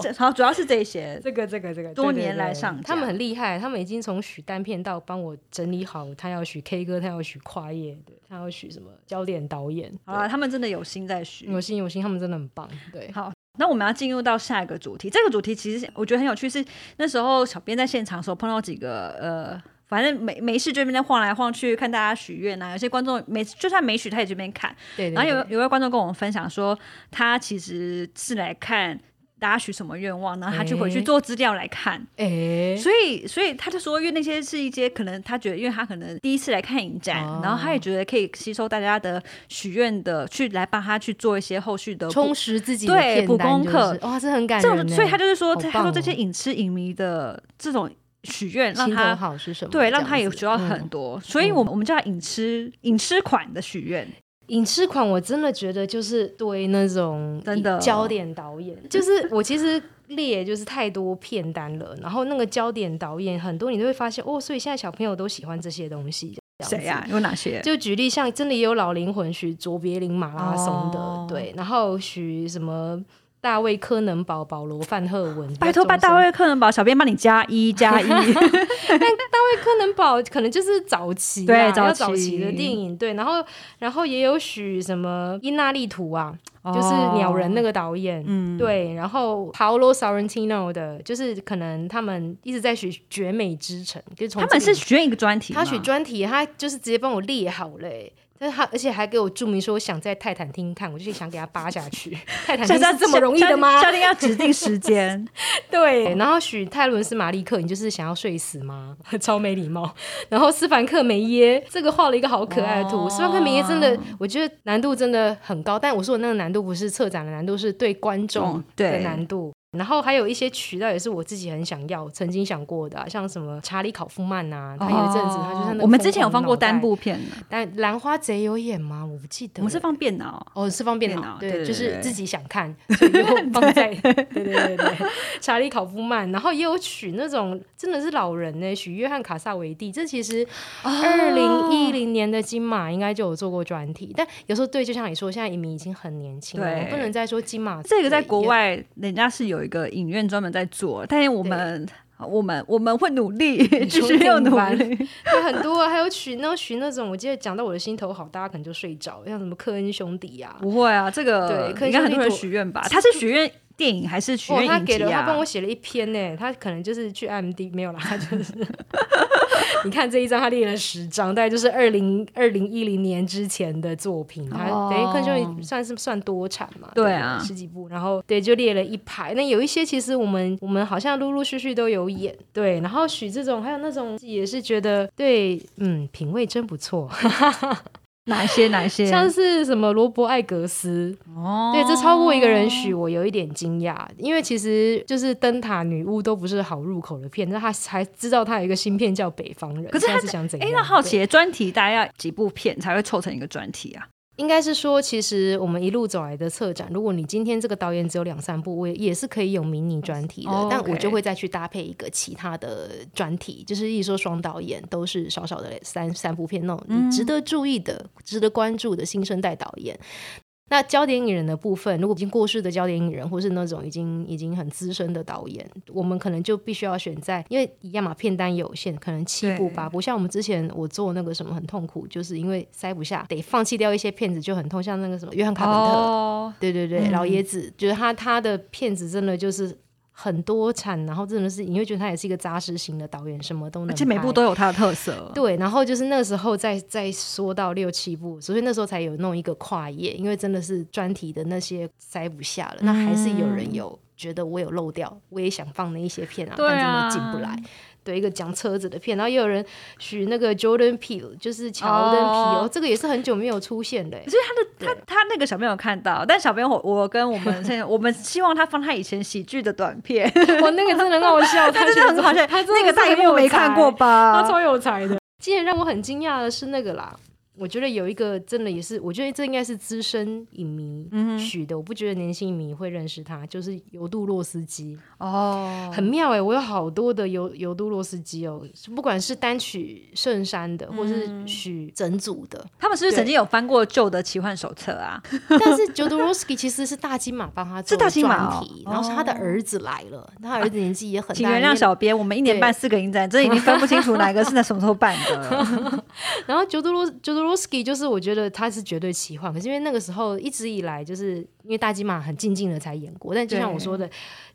Speaker 1: 这好，主要是这些。
Speaker 2: 这个这个这个，
Speaker 1: 多
Speaker 2: 对对
Speaker 1: 年
Speaker 2: 对
Speaker 1: 来上
Speaker 2: 他们
Speaker 1: 架
Speaker 2: 很厉害，他们已经从许单片到帮我整理好，他要许 K 歌，他要许跨页，对，他要许什么焦点导演，
Speaker 1: 好啦，他们真的有心在学
Speaker 2: 对。有心有心，他们真的很棒，对，
Speaker 1: 好，那我们要进入到下一个主题。这个主题其实我觉得很有趣是，那时候小编在现场的时候碰到几个呃，反正没没事这边在晃来晃去，看大家许愿啊。有些观众没就算没许，他也这边看。
Speaker 2: 对对
Speaker 1: 然后有
Speaker 2: 对
Speaker 1: 有位观众跟我们分享说，他其实是来看。大家许什么愿望，然后他就回去
Speaker 2: 诶
Speaker 1: 做资料来看，
Speaker 2: 哎、
Speaker 1: 所以所以他就说，因为那些是一些可能他觉得，因为他可能第一次来看影展，
Speaker 2: 哦
Speaker 1: 然后他也觉得可以吸收大家的许愿的，去来帮他去做一些后续的补
Speaker 2: 充实自己的
Speaker 1: 对
Speaker 2: 片
Speaker 1: 补
Speaker 2: 单
Speaker 1: 功
Speaker 2: 就是
Speaker 1: 课
Speaker 2: 哇，这很感
Speaker 1: 这
Speaker 2: 人
Speaker 1: 种，
Speaker 2: 欸，
Speaker 1: 所以他就是说，
Speaker 2: 好
Speaker 1: 他说
Speaker 2: 棒
Speaker 1: 这些
Speaker 2: 哦
Speaker 1: 影痴影迷的这种许愿，让
Speaker 2: 心头
Speaker 1: 他
Speaker 2: 好是什么？
Speaker 1: 对
Speaker 2: 这
Speaker 1: 让
Speaker 2: 样
Speaker 1: 他也
Speaker 2: 子
Speaker 1: 学到
Speaker 2: 嗯
Speaker 1: 很多，所以我们我们叫它影痴影痴款的许愿，
Speaker 2: 影视款我真的觉得就是对那种
Speaker 1: 真的
Speaker 2: 焦点导演， 就是我其实列就是太多片单了，然后那个焦点导演很多，你都会发现哦，所以现在小朋友都喜欢这些东西。这样子
Speaker 1: 谁啊呀、？有哪些？
Speaker 2: 就举例，像真的也有老灵魂许卓别林马拉松的，
Speaker 1: 哦
Speaker 2: 对，然后许什么大卫柯能堡、保罗范赫文，
Speaker 1: 拜托，拜大卫客人堡，小编帮你加 一加一，
Speaker 2: 柯能堡可能就是早期啦，
Speaker 1: 对
Speaker 2: 要
Speaker 1: 早
Speaker 2: 早期的
Speaker 1: 期
Speaker 2: 电影，对，然后然后也有许什么伊纳利图啊，就是鸟人那
Speaker 1: 个，
Speaker 2: 个导演，
Speaker 1: 哦嗯，
Speaker 2: 对，然后 Paolo Sorrentino 的，就是可能他们一直在学《绝美之城》，就是从
Speaker 1: 他
Speaker 2: 这
Speaker 1: 们
Speaker 2: 个
Speaker 1: 是许愿一个专题吗，
Speaker 2: 他选专题，他就是直接帮我列好了、欸。但是他而且还给我注明说，我想在泰坦厅看，我就想给他扒下去。 泰坦厅
Speaker 1: 下下
Speaker 2: 是这么容易的吗？
Speaker 1: 下下要指定时 间，
Speaker 2: 对，然后许泰伦斯玛丽克，你就是想要睡死吗？ 超没礼貌。然后斯凡克梅耶这个画了一个好可爱的图，
Speaker 1: 哦
Speaker 2: 斯凡克梅耶真的，我觉得难度真的很高。但我说的那个难度不是策展的难度，是对观众
Speaker 1: 嗯对
Speaker 2: 的难度。然后还有一些渠道也是我自己很想要、曾经想过的啊、像什么查理考夫曼呐、他哦有一阵子他就像那个
Speaker 1: 哦我们之前有放
Speaker 2: 疯狂
Speaker 1: 过
Speaker 2: 脑袋
Speaker 1: 单，部片的，
Speaker 2: 但《兰花贼》有演吗？我不记得
Speaker 1: 我
Speaker 2: 了。
Speaker 1: 们是放电脑。
Speaker 2: 哦，是放电
Speaker 1: 电
Speaker 2: 脑，
Speaker 1: 脑
Speaker 2: 对，
Speaker 1: 对对
Speaker 2: 就
Speaker 1: 对
Speaker 2: 是
Speaker 1: 对
Speaker 2: 自己想看， 所以就放 在对对对对，查理考夫曼，然后也有取那种真的是老人呢，许约翰卡萨维蒂，这其实
Speaker 1: 哦
Speaker 2: 二零一零年的金马应该就有做过专题，但有时候对，就像你说，现在影迷已经很年轻了，
Speaker 1: 对
Speaker 2: 我们不能再说金马
Speaker 1: 这个在国
Speaker 2: 也
Speaker 1: 外人家是有一个影院专门在做，但是我们我们我们会努力， 继续要努力。
Speaker 2: 对很多啊，还有取那取那种，我记得讲到我的心头好，大家可能就睡着，像什么科恩兄弟呀、啊。
Speaker 1: 不会啊，这个
Speaker 2: 对可以
Speaker 1: 应该
Speaker 2: 说
Speaker 1: 很
Speaker 2: 你
Speaker 1: 多人
Speaker 2: 躲
Speaker 1: 许愿吧？他是许愿电影还是许
Speaker 2: 哦，
Speaker 1: 愿
Speaker 2: 他
Speaker 1: 影
Speaker 2: 给
Speaker 1: 集
Speaker 2: 了他
Speaker 1: 啊
Speaker 2: 帮？我写了一篇呢，他可能就是去 IMD 没有啦， 他就是你看这一张，他列了十张，大概就是二零二零一零年之前的作品，他
Speaker 1: 哦
Speaker 2: 等于可能就算是算多产嘛，
Speaker 1: 对
Speaker 2: 不
Speaker 1: 啊
Speaker 2: 十几部，然后对就列了一排。那有一些其实我们我们好像陆陆续续都有演，对，然后许这种还有那种也是觉得对，嗯，品味真不错，
Speaker 1: 哪一些哪一些？
Speaker 2: 像是什么罗伯艾格斯，
Speaker 1: 哦，
Speaker 2: 对，这超过一个人许，我有一点惊讶，因为其实就是《灯塔女巫》都不是好入口的片，那他还知道他有一个新片叫《北方人》，
Speaker 1: 可是
Speaker 2: 现
Speaker 1: 他
Speaker 2: 在是想怎
Speaker 1: 哎
Speaker 2: 样？，
Speaker 1: 那好
Speaker 2: 对，
Speaker 1: 奇专题大概要几部片才会凑成一个专题啊？
Speaker 2: 应该是说，其实我们一路走来的策展，如果你今天这个导演只有两三部，我也也是可以有迷你专题的，
Speaker 1: 哦
Speaker 2: 但
Speaker 1: OK
Speaker 2: 我就会再去搭配一个其他的专题，就是一说双导演都是少少的三三部片那种
Speaker 1: 嗯
Speaker 2: 你值得注意的、值得关注的新生代导演。那焦点影人的部分，如果已经过世的焦点影人，或是那种已经已经很资深的导演，我们可能就必须要选在，因为一样嘛，片单有限，可能七部
Speaker 1: 对
Speaker 2: 八部。像我们之前我做那个什么很痛苦，就是因为塞不下，得放弃掉一些片子就很痛，像那个什么约翰卡本特，
Speaker 1: 哦，
Speaker 2: 对对对，老爷子，就是他他的片子真的就是很多产，然后真的是你会觉得他也是一个扎实型的导演，什么都能拍，
Speaker 1: 而且每部都有它的特色。
Speaker 2: 对，然后就是那时候再再缩到六七部，所以那时候才有弄一个跨页，因为真的是专题的那些塞不下了，那还是有人有觉得我有漏掉，我也想放那一些片啊，
Speaker 1: 嗯对啊
Speaker 2: 但真的进不来。对一个讲车子的片，然后也有人许那个 Jordan Peele，就是乔登皮
Speaker 1: 哦
Speaker 2: 哦，这个也是很久没有出现的欸。
Speaker 1: 他他那个小朋友看到，但小朋友我我跟我们现在我们希望他放他以前喜剧的短片，
Speaker 2: 哇，那个真的很好 笑，
Speaker 1: 他
Speaker 2: 他
Speaker 1: 真的很好笑。
Speaker 2: 他真的
Speaker 1: 那个
Speaker 2: 是
Speaker 1: 大荧
Speaker 2: 很
Speaker 1: 幕
Speaker 2: 有
Speaker 1: 没
Speaker 2: 才欸
Speaker 1: 看过
Speaker 2: 他
Speaker 1: 吧？
Speaker 2: 超有才的。啊今天让我很惊讶的是那个啦，我觉得有一个真的也是，我觉得这应该是资深影迷
Speaker 1: 嗯
Speaker 2: 许的，我不觉得年轻影迷会认识他，就是尤杜洛斯基，
Speaker 1: 哦，
Speaker 2: 很妙哎、我有好多的尤尤杜洛斯基哦，不管是单曲圣山
Speaker 1: 嗯
Speaker 2: 的，或是许整 组的，
Speaker 1: 他们是不是曾经有翻过旧的奇幻手册啊？
Speaker 2: 但是 Jodorowsky 其实是大金马帮他做
Speaker 1: 是大
Speaker 2: 的
Speaker 1: 金马
Speaker 2: 专
Speaker 1: 哦
Speaker 2: 题，然后是他的儿子来了，他儿子年纪也很大，
Speaker 1: 请原谅
Speaker 2: 也
Speaker 1: 小编，我们一年办四个影展，真的已经分不清楚哪个是在什么时候办的。
Speaker 2: 然后 Jodor Jodorowsky 就是我觉得他是绝对奇幻，可是因为那个时候一直以来就是因为大金马很静静的才演过，但就像我说的，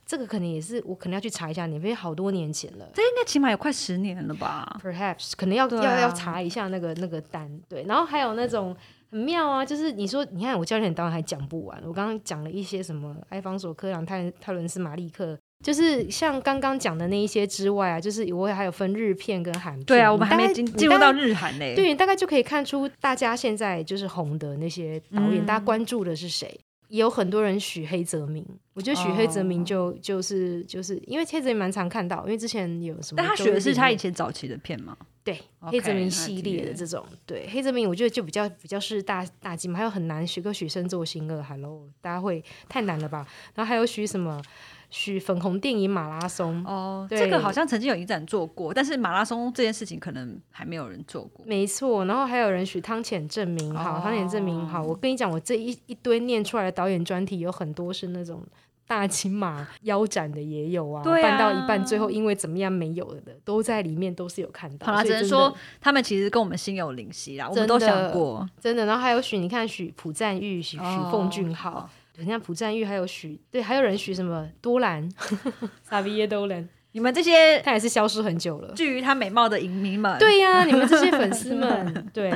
Speaker 2: 这个可能也是我可能要去查一下年份，因为好多年 前了。
Speaker 1: 这应该起码有快十年了吧？
Speaker 2: Perhaps 可能要、
Speaker 1: 对啊
Speaker 2: 要要查一下那个那个单，对，然后还有那种很妙啊，就是你说你看我教练当然还讲不完，我刚刚讲了一些什么埃方索科朗、泰泰伦斯马利克，就是像刚刚讲的那一些之外啊，就是我还有分日片跟韩片，
Speaker 1: 对啊，我
Speaker 2: 你
Speaker 1: 们还
Speaker 2: 大
Speaker 1: 没
Speaker 2: 概
Speaker 1: 进
Speaker 2: 你
Speaker 1: 进入
Speaker 2: 大概
Speaker 1: 到日韩呢。
Speaker 2: 对，大概就可以看出大家现在就是红的那些导演，
Speaker 1: 嗯
Speaker 2: 大家关注的是谁。也有很多人许黑泽明，我觉得许黑泽
Speaker 1: 哦
Speaker 2: 明就、就是就是因为黑泽明蛮常看到，因为之前有什么
Speaker 1: 但
Speaker 2: 周日影，
Speaker 1: 他学的是他以前早期的片吗？
Speaker 2: 对
Speaker 1: OK，
Speaker 2: 黑泽明
Speaker 1: 那
Speaker 2: 系
Speaker 1: 这
Speaker 2: 列
Speaker 1: 个
Speaker 2: 的这种，对黑泽明我觉得就比较比较是大大金嘛，还有很难许个许生作新二，Hello，大家会太难了吧？然后还有许什么许粉红电影马拉松，
Speaker 1: 哦，
Speaker 2: 对
Speaker 1: 这个好像曾经有影展做过，但是马拉松这件事情可能还没有人做过。
Speaker 2: 没错，然后还有人许汤浅证明，好，
Speaker 1: 哦
Speaker 2: 汤浅证明，好，我跟你讲，我这一一堆念出来的导演专题有很多是那种大金马腰斩的也有啊，
Speaker 1: 对啊
Speaker 2: 办到一半最后因为怎么样没有的，都在里面都是有看到。
Speaker 1: 好啦，
Speaker 2: 所以
Speaker 1: 只能
Speaker 2: 真的
Speaker 1: 说他们其实跟我们心有灵犀啦，我们
Speaker 2: 真
Speaker 1: 都
Speaker 2: 的
Speaker 1: 想过。
Speaker 2: 真的，然后还有许，你看许朴赞玉、许许
Speaker 1: 哦
Speaker 2: 凤哦俊浩，人家朴赞玉还有许，对，还有人许什么 多兰， 萨比耶多兰，
Speaker 1: 你们这些
Speaker 2: 他也是消失很久了。
Speaker 1: 至于他美貌的影迷们，
Speaker 2: 对呀、你们这些粉 丝们，对，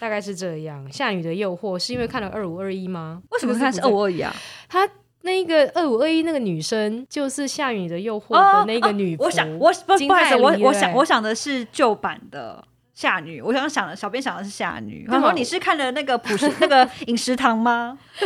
Speaker 2: 大概是这样。《夏女的诱惑》是因为看了二五二一吗？
Speaker 1: 为什么看是二五二一啊？
Speaker 2: 她那个二五二一那个女生就是《夏女的诱惑》
Speaker 1: 哦
Speaker 2: 的那个女仆、
Speaker 1: 我想，我不
Speaker 2: 金
Speaker 1: 不好意思，
Speaker 2: 泰梨
Speaker 1: 我
Speaker 2: 对不
Speaker 1: 我
Speaker 2: 对
Speaker 1: 想我想的是旧版的《夏女，我想想了，小编想的是夏女，
Speaker 2: 干
Speaker 1: 然
Speaker 2: 嘛
Speaker 1: 后你是看了那个朴实那 个饮食堂吗？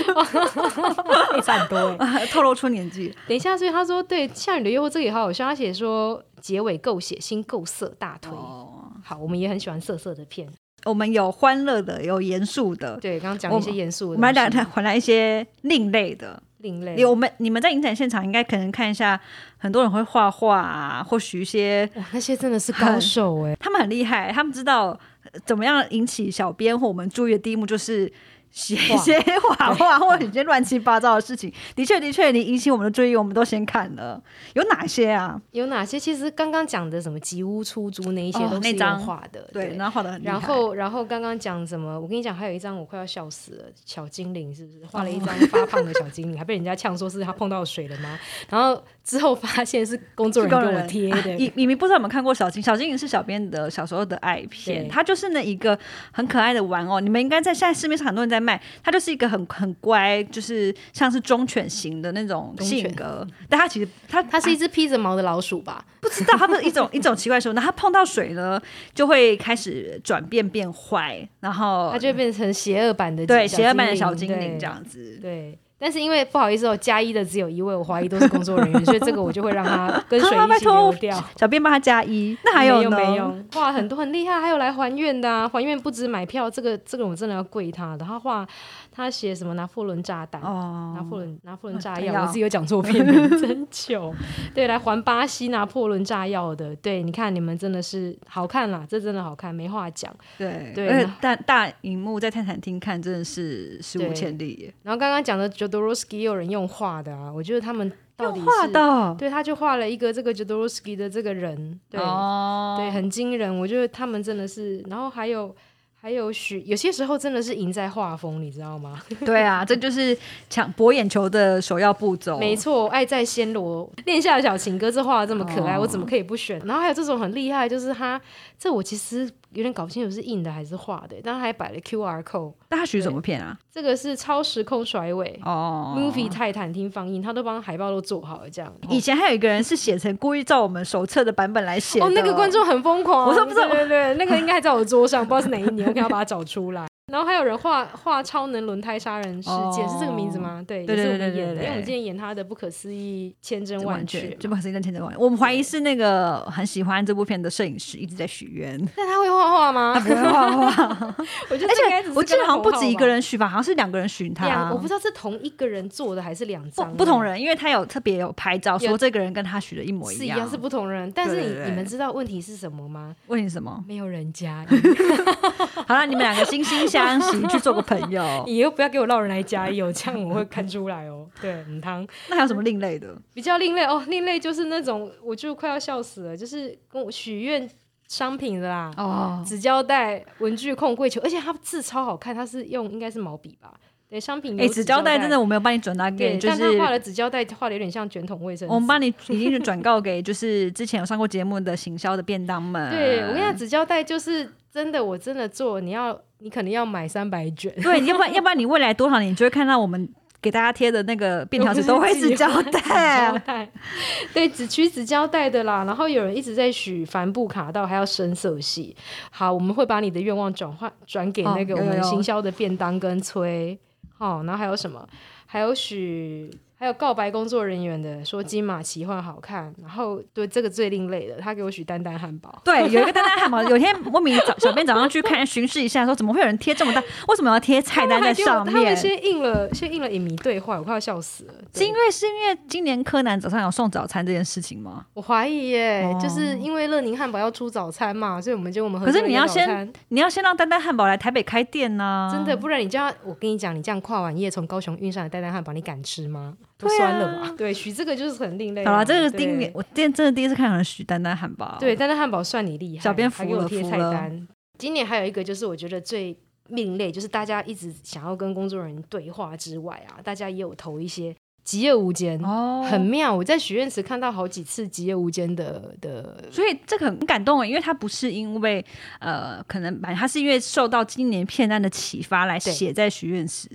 Speaker 2: 也差很多哎、
Speaker 1: 透露出年纪，
Speaker 2: 等一下，所以他说对《夏雨的诱惑》这个也好好笑，他写说结尾够血腥、够色、大推。
Speaker 1: 哦，
Speaker 2: 好，我们也很喜欢色色 的片。
Speaker 1: 我们有欢乐的，有严肃的，
Speaker 2: 对，刚刚讲一些严肃
Speaker 1: 我
Speaker 2: 的
Speaker 1: 们来
Speaker 2: 东西，
Speaker 1: 讲谈来一些另类的。
Speaker 2: 另类。
Speaker 1: 你我们你们在影展现场应该可能看一下，很多人会画画啊，或许一些
Speaker 2: 哇，那些真的是高手哎、
Speaker 1: 他们很厉害，他们知道呃怎么样引起小编或我们注意的第一幕就是。写一
Speaker 2: 画
Speaker 1: 些画画或者一些乱七八糟的事情，的确的确，你引起我们的注意，我们都先看了。有哪些啊？
Speaker 2: 有哪些？其实刚刚讲的什么吉屋出租那一些
Speaker 1: 哦
Speaker 2: 都
Speaker 1: 那
Speaker 2: 是有
Speaker 1: 张
Speaker 2: 画的，
Speaker 1: 对，然后画的很厉害。
Speaker 2: 然后，然后刚刚讲什么？我跟你讲，还有一张我快要笑死了，小精灵是不是画了一张
Speaker 1: 哦
Speaker 2: 发胖的小精灵，还被人家呛说是他碰到水了吗？然后之后发现是工作人员给我贴
Speaker 1: 啊
Speaker 2: 的，
Speaker 1: 你你们不知道有没有看过小精？小精灵是小编的小时候的爱片，
Speaker 2: 对
Speaker 1: 它就是那一个很可爱的玩偶。你们应该在现在市面上很多人在卖，它就是一个很很乖，就是像是忠犬型的那种
Speaker 2: 忠犬
Speaker 1: 性格。但它其实它
Speaker 2: 它是一
Speaker 1: 啊
Speaker 2: 只披着毛的老鼠吧？
Speaker 1: 不知道，它是一种 一种奇怪的生物。那它碰到水呢，就会开始转变变坏，然后
Speaker 2: 它就会变成邪恶版的
Speaker 1: 对
Speaker 2: 小
Speaker 1: 邪恶版的小
Speaker 2: 精
Speaker 1: 精灵
Speaker 2: 对
Speaker 1: 这样子。
Speaker 2: 对。但是因为不好意思哦，加一的只有一位，我怀疑都是工作人员，所以这个我就会让他跟水
Speaker 1: 啊拜
Speaker 2: 一起
Speaker 1: 托
Speaker 2: 流掉。
Speaker 1: 小编帮他加一， 那还
Speaker 2: 没
Speaker 1: 呢？
Speaker 2: 没有，画很多很厉害，还有来还愿的啊！还愿不止买票，这个这个我真的要跪他的。他画他写什么拿破仑炸弹。拿
Speaker 1: 哦，
Speaker 2: 破仑拿破仑炸
Speaker 1: 炸
Speaker 2: 药，
Speaker 1: 药
Speaker 2: 我自己有讲错 片名，真糗。对，来还巴西拿破仑炸药的，对，你看你们真的是好看啦，这真的好看，没话讲。
Speaker 1: 对
Speaker 2: 对
Speaker 1: 而且大
Speaker 2: 那
Speaker 1: 大荧幕在探产厅看真的是史无前例耶。
Speaker 2: 然后刚刚讲的 Jodorowsky 也有人用画的啊，我觉得他们到底是
Speaker 1: 画的
Speaker 2: 对，他就画了一个这个 Jodorowsky 的这个人，对，
Speaker 1: 哦，
Speaker 2: 对，很惊人。我觉得他们真的是，然后还有还有许，有些时候真的是赢在画风，你知道吗？
Speaker 1: 对啊，这就是抢博眼球的首要步骤。
Speaker 2: 没错，爱在暹罗，恋下的小情歌这画的这么可爱，
Speaker 1: 哦
Speaker 2: 我怎么可以不选？然后还有这种很厉害，就是他这我其实有点搞不清楚是印的还是画的，但他还摆了 QR code，
Speaker 1: 大学怎么骗啊？
Speaker 2: 这个是超时空甩尾。
Speaker 1: 哦
Speaker 2: Movie 泰坦厅放映，他都帮海报都做好了，这样。
Speaker 1: 以前还有一个人是写成故意照我们手册的版本来写的
Speaker 2: 哦，那个观众很疯狂，
Speaker 1: 我说不知道
Speaker 2: 对对对，那个应该还在我桌上，不知道是哪一 年，我可能要把它找出来。然后还有人画画超能轮胎杀人事件，
Speaker 1: 哦
Speaker 2: 是这个名字吗？对，
Speaker 1: 对
Speaker 2: 也是
Speaker 1: 对
Speaker 2: 我
Speaker 1: 对
Speaker 2: 们
Speaker 1: 对
Speaker 2: 演的，
Speaker 1: 对
Speaker 2: 因为我们
Speaker 1: 对
Speaker 2: 今天演他的《不可思议千真万
Speaker 1: 完
Speaker 2: 确
Speaker 1: 全》就
Speaker 2: 嘛，
Speaker 1: 把时间千真万确，我们怀疑是那个很喜欢这部片的摄影师一直在许愿，
Speaker 2: 但啊他会画 画吗？
Speaker 1: 不会画画，
Speaker 2: 我觉得
Speaker 1: 而
Speaker 2: 这应该只
Speaker 1: 且
Speaker 2: 是
Speaker 1: 我记得
Speaker 2: 跟他
Speaker 1: 好像不
Speaker 2: 同号
Speaker 1: 止一
Speaker 2: 吧
Speaker 1: 个人许吧，好像是两个人许他
Speaker 2: 两，，我不知道是同一个人做的还是两
Speaker 1: 不
Speaker 2: 张，啊
Speaker 1: 不同。人，因为他有特别有拍照说
Speaker 2: 有
Speaker 1: 这个人跟他许的一模
Speaker 2: 是
Speaker 1: 一
Speaker 2: 一
Speaker 1: 样
Speaker 2: 样，是不同人，但是
Speaker 1: 对对
Speaker 2: 你
Speaker 1: 对
Speaker 2: 你们知道问题是什么吗？
Speaker 1: 问你什么？
Speaker 2: 没有人 加一，
Speaker 1: 好了，你们两个惺惺相惜 去做个朋友，
Speaker 2: 你又不要给我绕人来加一哦，这样我会看出来哦。对，很汤。
Speaker 1: 那还有什么另类的？
Speaker 2: 比较另类哦，另类就是那种我就快要笑死了，就是跟我许愿商品的啦，
Speaker 1: 哦，
Speaker 2: 纸胶带、文具控跪求，而且它字超好看，它是用应该是毛笔吧？对，商品
Speaker 1: 哎，
Speaker 2: 有
Speaker 1: 纸
Speaker 2: 纸
Speaker 1: 胶带
Speaker 2: 带
Speaker 1: 真的我没有帮你转达给，
Speaker 2: 对，
Speaker 1: 就
Speaker 2: 但他
Speaker 1: 是
Speaker 2: 画了纸胶带，画的有点像卷筒卫生纸。
Speaker 1: 我们帮你已经是转告给就是之前有上过节目的行销的便当们。
Speaker 2: 对我跟你讲，纸胶带就是真的，我真的做，你要你可能要买三百卷。
Speaker 1: 对，要不然要不然你未来多少年你就会看到我们给大家贴的那个便条纸
Speaker 2: 都
Speaker 1: 都
Speaker 2: 不是
Speaker 1: 会是胶
Speaker 2: 胶
Speaker 1: 带。
Speaker 2: 带，对，只取纸胶带的啦。然后有人一直在许帆布卡到，还要深色系。好，我们会把你的愿望转换转给那个
Speaker 1: 哦有
Speaker 2: 我们
Speaker 1: 有
Speaker 2: 行销的便当跟催。好、然后还有什么？还有许。还有告白工作人员的说金马奇幻好看，然后对这个最另类的，他给我许丹丹汉 堡，
Speaker 1: 对，有一个丹丹汉堡，有一天莫名早小编早上去看巡视一下，说怎么会有人贴这么大？为什么要贴菜单在上
Speaker 2: 他们
Speaker 1: 面？哦
Speaker 2: 先印了先印了影迷对话，我快要笑死了。
Speaker 1: 是
Speaker 2: 对
Speaker 1: 因为是因为今年柯南早上有送早餐这件事情吗？
Speaker 2: 我怀疑耶，
Speaker 1: 哦
Speaker 2: 就是因为乐宁汉堡要出早餐嘛，所以我们就我们合
Speaker 1: 可是
Speaker 2: 作了
Speaker 1: 你
Speaker 2: 一个
Speaker 1: 要
Speaker 2: 早
Speaker 1: 先
Speaker 2: 餐
Speaker 1: 你要先让丹丹汉堡来台北开店呢、
Speaker 2: 真的，不然你这样，我跟你讲，你这样跨完夜从高雄运上来带蛋汉堡，你敢吃吗？都
Speaker 1: 对啊
Speaker 2: 酸了吧？对，许这个就是很另类啊。
Speaker 1: 好啦，这个
Speaker 2: 对
Speaker 1: 今年我今天真的第一次看有人许丹丹汉堡。
Speaker 2: 对蛋蛋汉堡算你厉害，
Speaker 1: 小编服
Speaker 2: 还给我
Speaker 1: 了
Speaker 2: 贴
Speaker 1: 服
Speaker 2: 菜
Speaker 1: 了
Speaker 2: 单。今年还有一个就是我觉得最另类，就是大家一直想要跟工作人员对话之外啊，大家也有投一些《极夜无间》
Speaker 1: 哦，
Speaker 2: 很妙。我在许愿池看到好几次《极夜无间》的的，
Speaker 1: 所以这个很感动诶，因为他不是因为呃，可能买，他是因为受到今年片单的启发来
Speaker 2: 对
Speaker 1: 写在许愿石。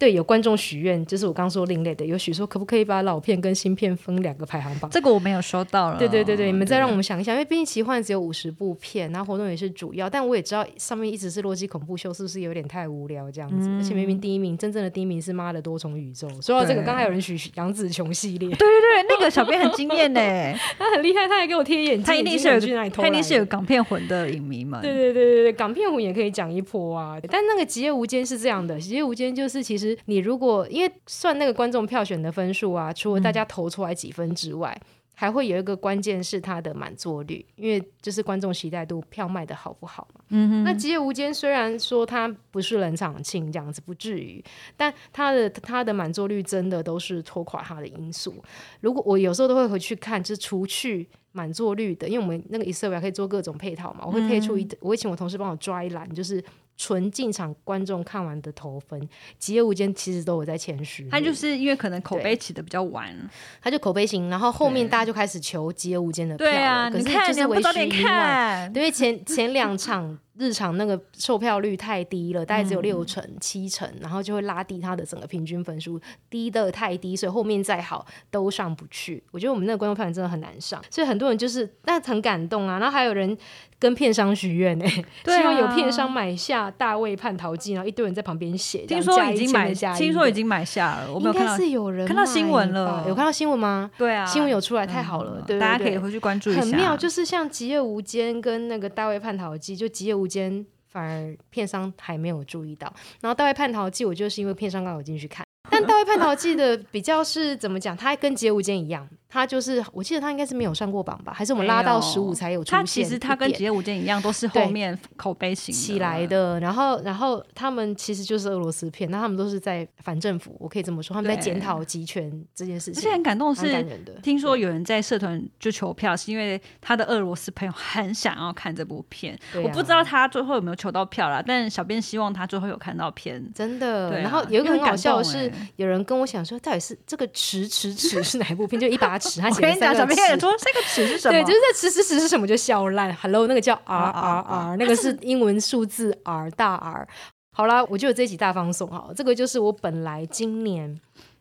Speaker 2: 对，有观众许愿，就是我刚刚说另类的，有许说可不可以把老片跟新片分两个排行榜？
Speaker 1: 这个我没有收到了。
Speaker 2: 对对对对，你们再让我们想一想，因为毕竟奇幻只有五十部片，然后活动也是主要，但我也知道上面一直是洛基恐怖秀，是不是有点太无聊这样子？而且明明第一名，真正的第一名是《妈的多重宇宙》。说到这个，
Speaker 1: 对
Speaker 2: 刚才有人许杨紫琼系列，
Speaker 1: 对对对，那个小编很惊艳呢、欸
Speaker 2: 他很厉害，他还给我贴眼镜，
Speaker 1: 他一定
Speaker 2: 眼
Speaker 1: 是
Speaker 2: 睛
Speaker 1: 有
Speaker 2: 去哪里偷
Speaker 1: 他一
Speaker 2: 来
Speaker 1: 定
Speaker 2: 的
Speaker 1: 是有港片魂的影迷们。
Speaker 2: 对对对对对，港片我也可以讲一波啊。但那个《极夜无间》是这样的，《极夜无间》就是其实你如果因为算那个观众票选的分数啊，除了大家投出来几分之外。还会有一个关键是它的满座率，因为就是观众期待度、票卖的好不好嘛。嗯哼。那《极夜无间》虽然说它不是冷场庆这样子，不至于，但它的它的满座率真的都是拖垮它的因素。如果我有时候都会回去看，就是除去满座率的，因为我们那个 Excel 表可以做各种配套嘛，我会配出
Speaker 1: 嗯
Speaker 2: 一，我会请我同事帮我抓一栏，就是纯进场观众看完的投分，《极夜无间》其实都有在前十名，
Speaker 1: 他就是因为可能口碑起的比较晚，
Speaker 2: 它就口碑型，然后后面
Speaker 1: 对
Speaker 2: 大家就开始求《极夜无间》的票
Speaker 1: 对啊，
Speaker 2: 了，可
Speaker 1: 你
Speaker 2: 是
Speaker 1: 看
Speaker 2: 就
Speaker 1: 你
Speaker 2: 是
Speaker 1: 还不
Speaker 2: 为
Speaker 1: 早
Speaker 2: 时
Speaker 1: 点
Speaker 2: 已晚。
Speaker 1: 看，
Speaker 2: 因为前前两场日场那个售票率太低了，大概只有
Speaker 1: 嗯
Speaker 2: 六成、七成，然后就会拉低它的整个平均分数，低的太低，所以后面再好都上不去。我觉得我们那个观众票源真的很难上，所以很多人就是但很感动啊。然后还有人跟片商许愿呢，
Speaker 1: 对啊
Speaker 2: 希望有片商买下《大卫叛逃记》，然后一堆人在旁边写，
Speaker 1: 听说已经买，
Speaker 2: 这样加一千的加一的
Speaker 1: 听说已。经买下了，我没有
Speaker 2: 应
Speaker 1: 看
Speaker 2: 该
Speaker 1: 到。
Speaker 2: 是有人
Speaker 1: 看到新闻
Speaker 2: 买
Speaker 1: 了
Speaker 2: 吧有看到新闻吗？
Speaker 1: 对啊，嗯
Speaker 2: 新闻有出来，太好了，对对
Speaker 1: 大家可
Speaker 2: 对
Speaker 1: 以回去关注一下。
Speaker 2: 很妙，就是像《极夜无间》跟那个《大卫叛逃记》，就《极夜无间》反而片商还没有注意到，然后《大卫叛逃记》我就是因为片商刚好进 去看，但《大卫叛逃记》的比较是怎么讲？它跟《极夜无间》一样，它就是我记得它应该是没有上过榜吧，还是我们拉到
Speaker 1: 没有
Speaker 2: 十五才有出现
Speaker 1: 它
Speaker 2: 一
Speaker 1: 其
Speaker 2: 点？
Speaker 1: 实它跟《极夜无间》一样，都是
Speaker 2: 对
Speaker 1: 后面口碑型
Speaker 2: 起来
Speaker 1: 的。
Speaker 2: 的，然后然后他们其实就是俄罗斯片，那他们都是在反政府，我可以这么说，他们在
Speaker 1: 对
Speaker 2: 检讨集权这件事
Speaker 1: 而且
Speaker 2: 情，
Speaker 1: 很感动的
Speaker 2: 蛮感
Speaker 1: 是，
Speaker 2: 人的。
Speaker 1: 听说有人在社团就求票，是因为他的俄罗斯朋友很想要看这部片。
Speaker 2: 对啊
Speaker 1: 我不知道他最后有没有求到票啦，但小编希望他最后有看到片。
Speaker 2: 真的。
Speaker 1: 对啊
Speaker 2: 然后有一个很好笑的
Speaker 1: 因为
Speaker 2: 是
Speaker 1: 很感动，欸
Speaker 2: 有人跟我想说，到底是这个尺尺尺是哪一部片？就一 把尺，他
Speaker 1: 我
Speaker 2: 写了
Speaker 1: 跟你讲，小
Speaker 2: 三个
Speaker 1: 编也
Speaker 2: 尺。
Speaker 1: 说这个尺 是什么？啊
Speaker 2: 对，就是这尺尺尺是什么就笑烂。Hello，那个叫 R R
Speaker 1: R，
Speaker 2: R，那个是英文数字 R 大 R。好啦，我就有这一集大放送好了，这个就是我本来今年，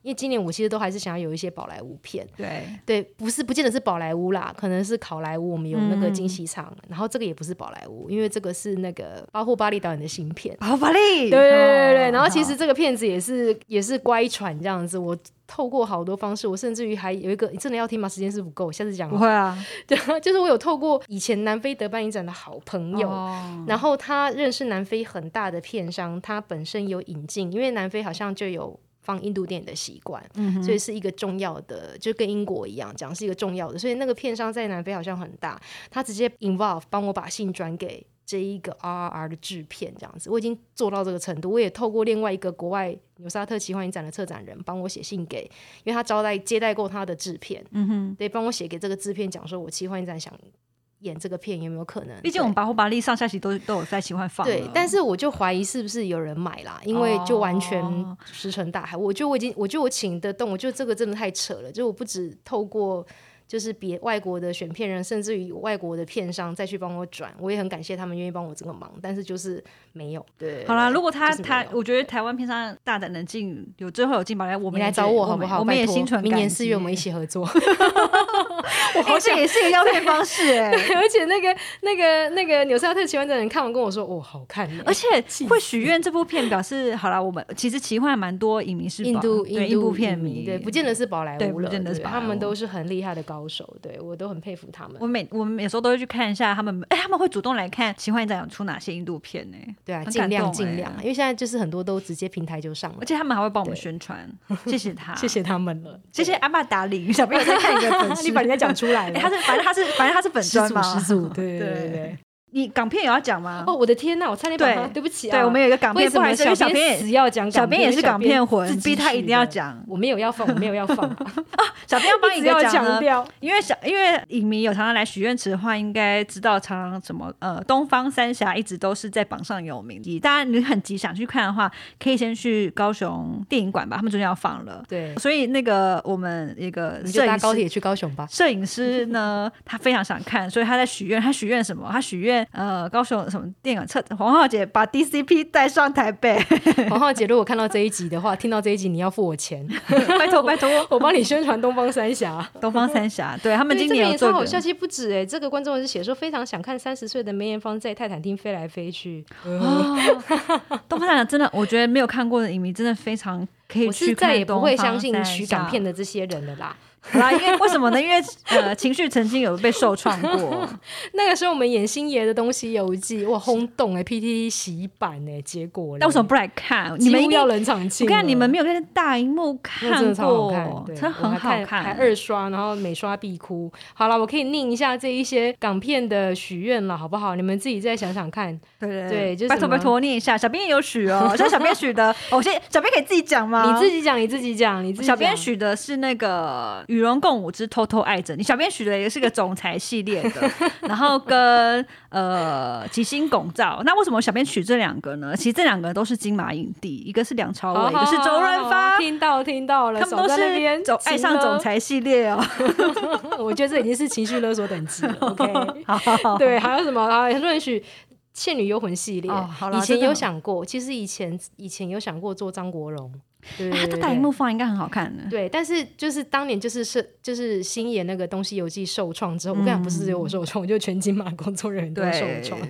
Speaker 2: 因为今年我其实都还是想要有一些宝莱坞片，
Speaker 1: 对
Speaker 2: 对，不是不见得是宝莱坞啦，可能是考莱坞，我们有那
Speaker 1: 嗯
Speaker 2: 个惊喜场，然后这个也不是宝莱坞，因为这个是那个包括巴利导演的新片，
Speaker 1: 好法力。
Speaker 2: 对对对对，
Speaker 1: 哦
Speaker 2: 然后其实这个片子也是也是乖传这样子，我透过好多方式，我甚至于还有一个真的要听吗？时间是不够，下次讲
Speaker 1: 好
Speaker 2: 好
Speaker 1: 不
Speaker 2: 了。
Speaker 1: 会啊，
Speaker 2: 对， 就是我有透过以前南非德班影展的好朋友。
Speaker 1: 哦
Speaker 2: 然后他认识南非很大的片商，他本身有引进，因为南非好像就有放印度电影的习惯，
Speaker 1: 嗯
Speaker 2: 所以是一个重要的，就跟英国一样，讲是一个重要的，所以那个片商在南非好像很大，他直接 involve 帮我把信转给。这一个 R R 的制片这样子，我已经做到这个程度。我也透过另外一个国外纽沙特奇幻影展的策展人帮我写信给，因为他招待接待过他的制片，嗯哼，对，帮我写给这个制片讲说，我奇幻影展想演这个片有没有可能？
Speaker 1: 毕竟
Speaker 2: 对
Speaker 1: 我们把火把力上下期都都有在喜欢放了。
Speaker 2: 对，但是我就怀疑是不是有人买啦，因为就完全
Speaker 1: 哦
Speaker 2: 石沉大海。我觉得我已经，我觉得我请得动，我觉得这个真的太扯了。就我不止透过就是别外国的选片人，甚至于外国的片商再去帮我转，我也很感谢他们愿意帮我这个忙，但是就是没有。对，
Speaker 1: 好啦，如果他
Speaker 2: 就是没
Speaker 1: 他
Speaker 2: 有，
Speaker 1: 我觉得台湾片商大胆能进，有最后有进宝来，我
Speaker 2: 你
Speaker 1: 们
Speaker 2: 来
Speaker 1: 也
Speaker 2: 找
Speaker 1: 觉得
Speaker 2: 我好不
Speaker 1: 们
Speaker 2: 好？
Speaker 1: 我们也
Speaker 2: 拜托
Speaker 1: 心存
Speaker 2: 明年
Speaker 1: 感
Speaker 2: 四
Speaker 1: 激
Speaker 2: 月我 们一起合作。
Speaker 1: 我好像也是一个要配方式哎、
Speaker 2: 而且那个那个那个纽斯特奇幻的人看完跟我说：“哦，好看耶。”
Speaker 1: 而且会许愿这部片表示好啦，我们其实奇幻蛮多影迷是吧
Speaker 2: 印度
Speaker 1: 对
Speaker 2: 度
Speaker 1: 部片
Speaker 2: 影迷
Speaker 1: 迷
Speaker 2: 对，不见得是宝莱
Speaker 1: 对
Speaker 2: 坞
Speaker 1: 不
Speaker 2: 了，
Speaker 1: 见得是
Speaker 2: 对
Speaker 1: 宝莱
Speaker 2: 他们
Speaker 1: 坞
Speaker 2: 都是很厉害的高手，对我都很佩服他们
Speaker 1: 我。每我们有时候都会去看一下他们，哎、他们会主动来看奇幻影展有出哪些印度片呢、
Speaker 2: 对啊，
Speaker 1: 很
Speaker 2: 尽
Speaker 1: 感
Speaker 2: 量
Speaker 1: 动
Speaker 2: 尽
Speaker 1: 欸
Speaker 2: 量，因为现在就是很多都直接平台就上了
Speaker 1: 而，且他们还会帮我们
Speaker 2: 对
Speaker 1: 宣 传，谢谢他，
Speaker 2: 谢谢他们了，
Speaker 1: 谢谢阿爸达林小朋友在看一个粉 丝，
Speaker 2: 你把人家讲出来
Speaker 1: 哎、
Speaker 2: 了，
Speaker 1: 他是反正他是反正他是粉
Speaker 2: 始
Speaker 1: 砖
Speaker 2: 祖
Speaker 1: 嘛，
Speaker 2: 始 祖， 对对
Speaker 1: 对
Speaker 2: 对对。
Speaker 1: 你港片也要讲吗？
Speaker 2: 哦，我的天呐，我差点把
Speaker 1: 对
Speaker 2: 它，对不起啊，
Speaker 1: 对，我们有一个港
Speaker 2: 为
Speaker 1: 片，
Speaker 2: 什
Speaker 1: 不好
Speaker 2: 么
Speaker 1: 意思，因为
Speaker 2: 小
Speaker 1: 小
Speaker 2: 编
Speaker 1: 编
Speaker 2: 死
Speaker 1: 也
Speaker 2: 要讲，
Speaker 1: 小编也是港片
Speaker 2: 自
Speaker 1: 魂，
Speaker 2: 己
Speaker 1: 逼他一
Speaker 2: 取
Speaker 1: 定要
Speaker 2: 的。
Speaker 1: 讲，
Speaker 2: 我没有要放，我没有 要放，
Speaker 1: 小编要帮
Speaker 2: 一
Speaker 1: 你
Speaker 2: 直要
Speaker 1: 讲啊呢
Speaker 2: 强调，
Speaker 1: 因为小，因为影迷有常常来许愿池的话，应该知道常常什么呃，东方三峡一直都是在榜上有名。当然，你很急想去看的话，可以先去高雄电影馆吧，他们最近要放了。
Speaker 2: 对，
Speaker 1: 所以那个我们一个
Speaker 2: 你就
Speaker 1: 摄
Speaker 2: 搭
Speaker 1: 影
Speaker 2: 高
Speaker 1: 师，
Speaker 2: 铁去高雄吧。
Speaker 1: 摄影师呢，他非常想看，所以他在许愿。他许愿什么？他许愿愿呃高雄什么电影策黄浩姐把 DCP 带上台北，
Speaker 2: 黄浩姐，如果看到这一集的话，听到这一集你要付我钱，
Speaker 1: 拜托拜托，
Speaker 2: 我帮你宣传东方三峡。
Speaker 1: 东方三峡，对他们今
Speaker 2: 嗯对
Speaker 1: 年
Speaker 2: 这个
Speaker 1: 有
Speaker 2: 也
Speaker 1: 做
Speaker 2: 超
Speaker 1: 一个
Speaker 2: 好笑，其实不止哎、这个观众是写说非常想看三十岁的梅艳芳在泰坦厅飞来飞去。
Speaker 1: 东方三峡真的，我觉得没有看过的影迷真的非常可以
Speaker 2: 我
Speaker 1: 去
Speaker 2: 是
Speaker 1: 看。
Speaker 2: 再也不会相信取港片，的这些人了啦。
Speaker 1: 好啦，因为为什么呢？因为呃，情绪曾经有被受创 过，
Speaker 2: 那个时候我们演星爷的《东西游记》，哇，轰动哎、p t t 洗版哎、结果嘞
Speaker 1: 那为什么不来 看？
Speaker 2: 几
Speaker 1: 你们一
Speaker 2: 乎
Speaker 1: 定
Speaker 2: 要，冷场
Speaker 1: 我
Speaker 2: 进了？
Speaker 1: 看你们没有在大荧幕
Speaker 2: 那真
Speaker 1: 看
Speaker 2: 的超好
Speaker 1: 过
Speaker 2: 看，，对
Speaker 1: 真的
Speaker 2: 我
Speaker 1: 很
Speaker 2: 还
Speaker 1: 好
Speaker 2: 还
Speaker 1: 看。
Speaker 2: 二刷，然后每刷必哭。好了，我可以念一下这一些港片的许愿了，好不好？你们自己再想想看。
Speaker 1: 对对
Speaker 2: 对就是
Speaker 1: 拜托
Speaker 2: 什么
Speaker 1: 拜托，念一下，小编也有许 哦，这是小编许的。哦，先小编可以自己讲吗？
Speaker 2: 你自己讲，你自己讲，你自己
Speaker 1: 小编
Speaker 2: 讲
Speaker 1: 许的是那个《与龙共舞之偷偷爱着你》，小编许的也是个总裁系列 的，然后跟呃《吉星拱照》。那为什么小编许这两个呢？其实这两个都是金马影帝，一个哦是梁朝伟，
Speaker 2: 哦好
Speaker 1: 一个是周润发。
Speaker 2: 听到听到了，
Speaker 1: 他们都
Speaker 2: 手在那边
Speaker 1: 是总爱上总。裁系列哦，
Speaker 2: 情勒 我觉得这已经是情绪勒索 等级了。OK，
Speaker 1: 好
Speaker 2: 对，还有什么啊？很多人许《倩女幽魂》系列，
Speaker 1: 哦好啦
Speaker 2: 以前
Speaker 1: 真的
Speaker 2: 有想过，其实以前以前有想过做张国荣，
Speaker 1: 哎
Speaker 2: 对对
Speaker 1: 他
Speaker 2: 对
Speaker 1: 大荧幕放应该很好看 的。
Speaker 2: 对，但是就是当年就是是就是星爷那个《东西游记》受创之后，我跟你讲，不是只有我受创，就全金马工作人员都受
Speaker 1: 嗯对，
Speaker 2: 创，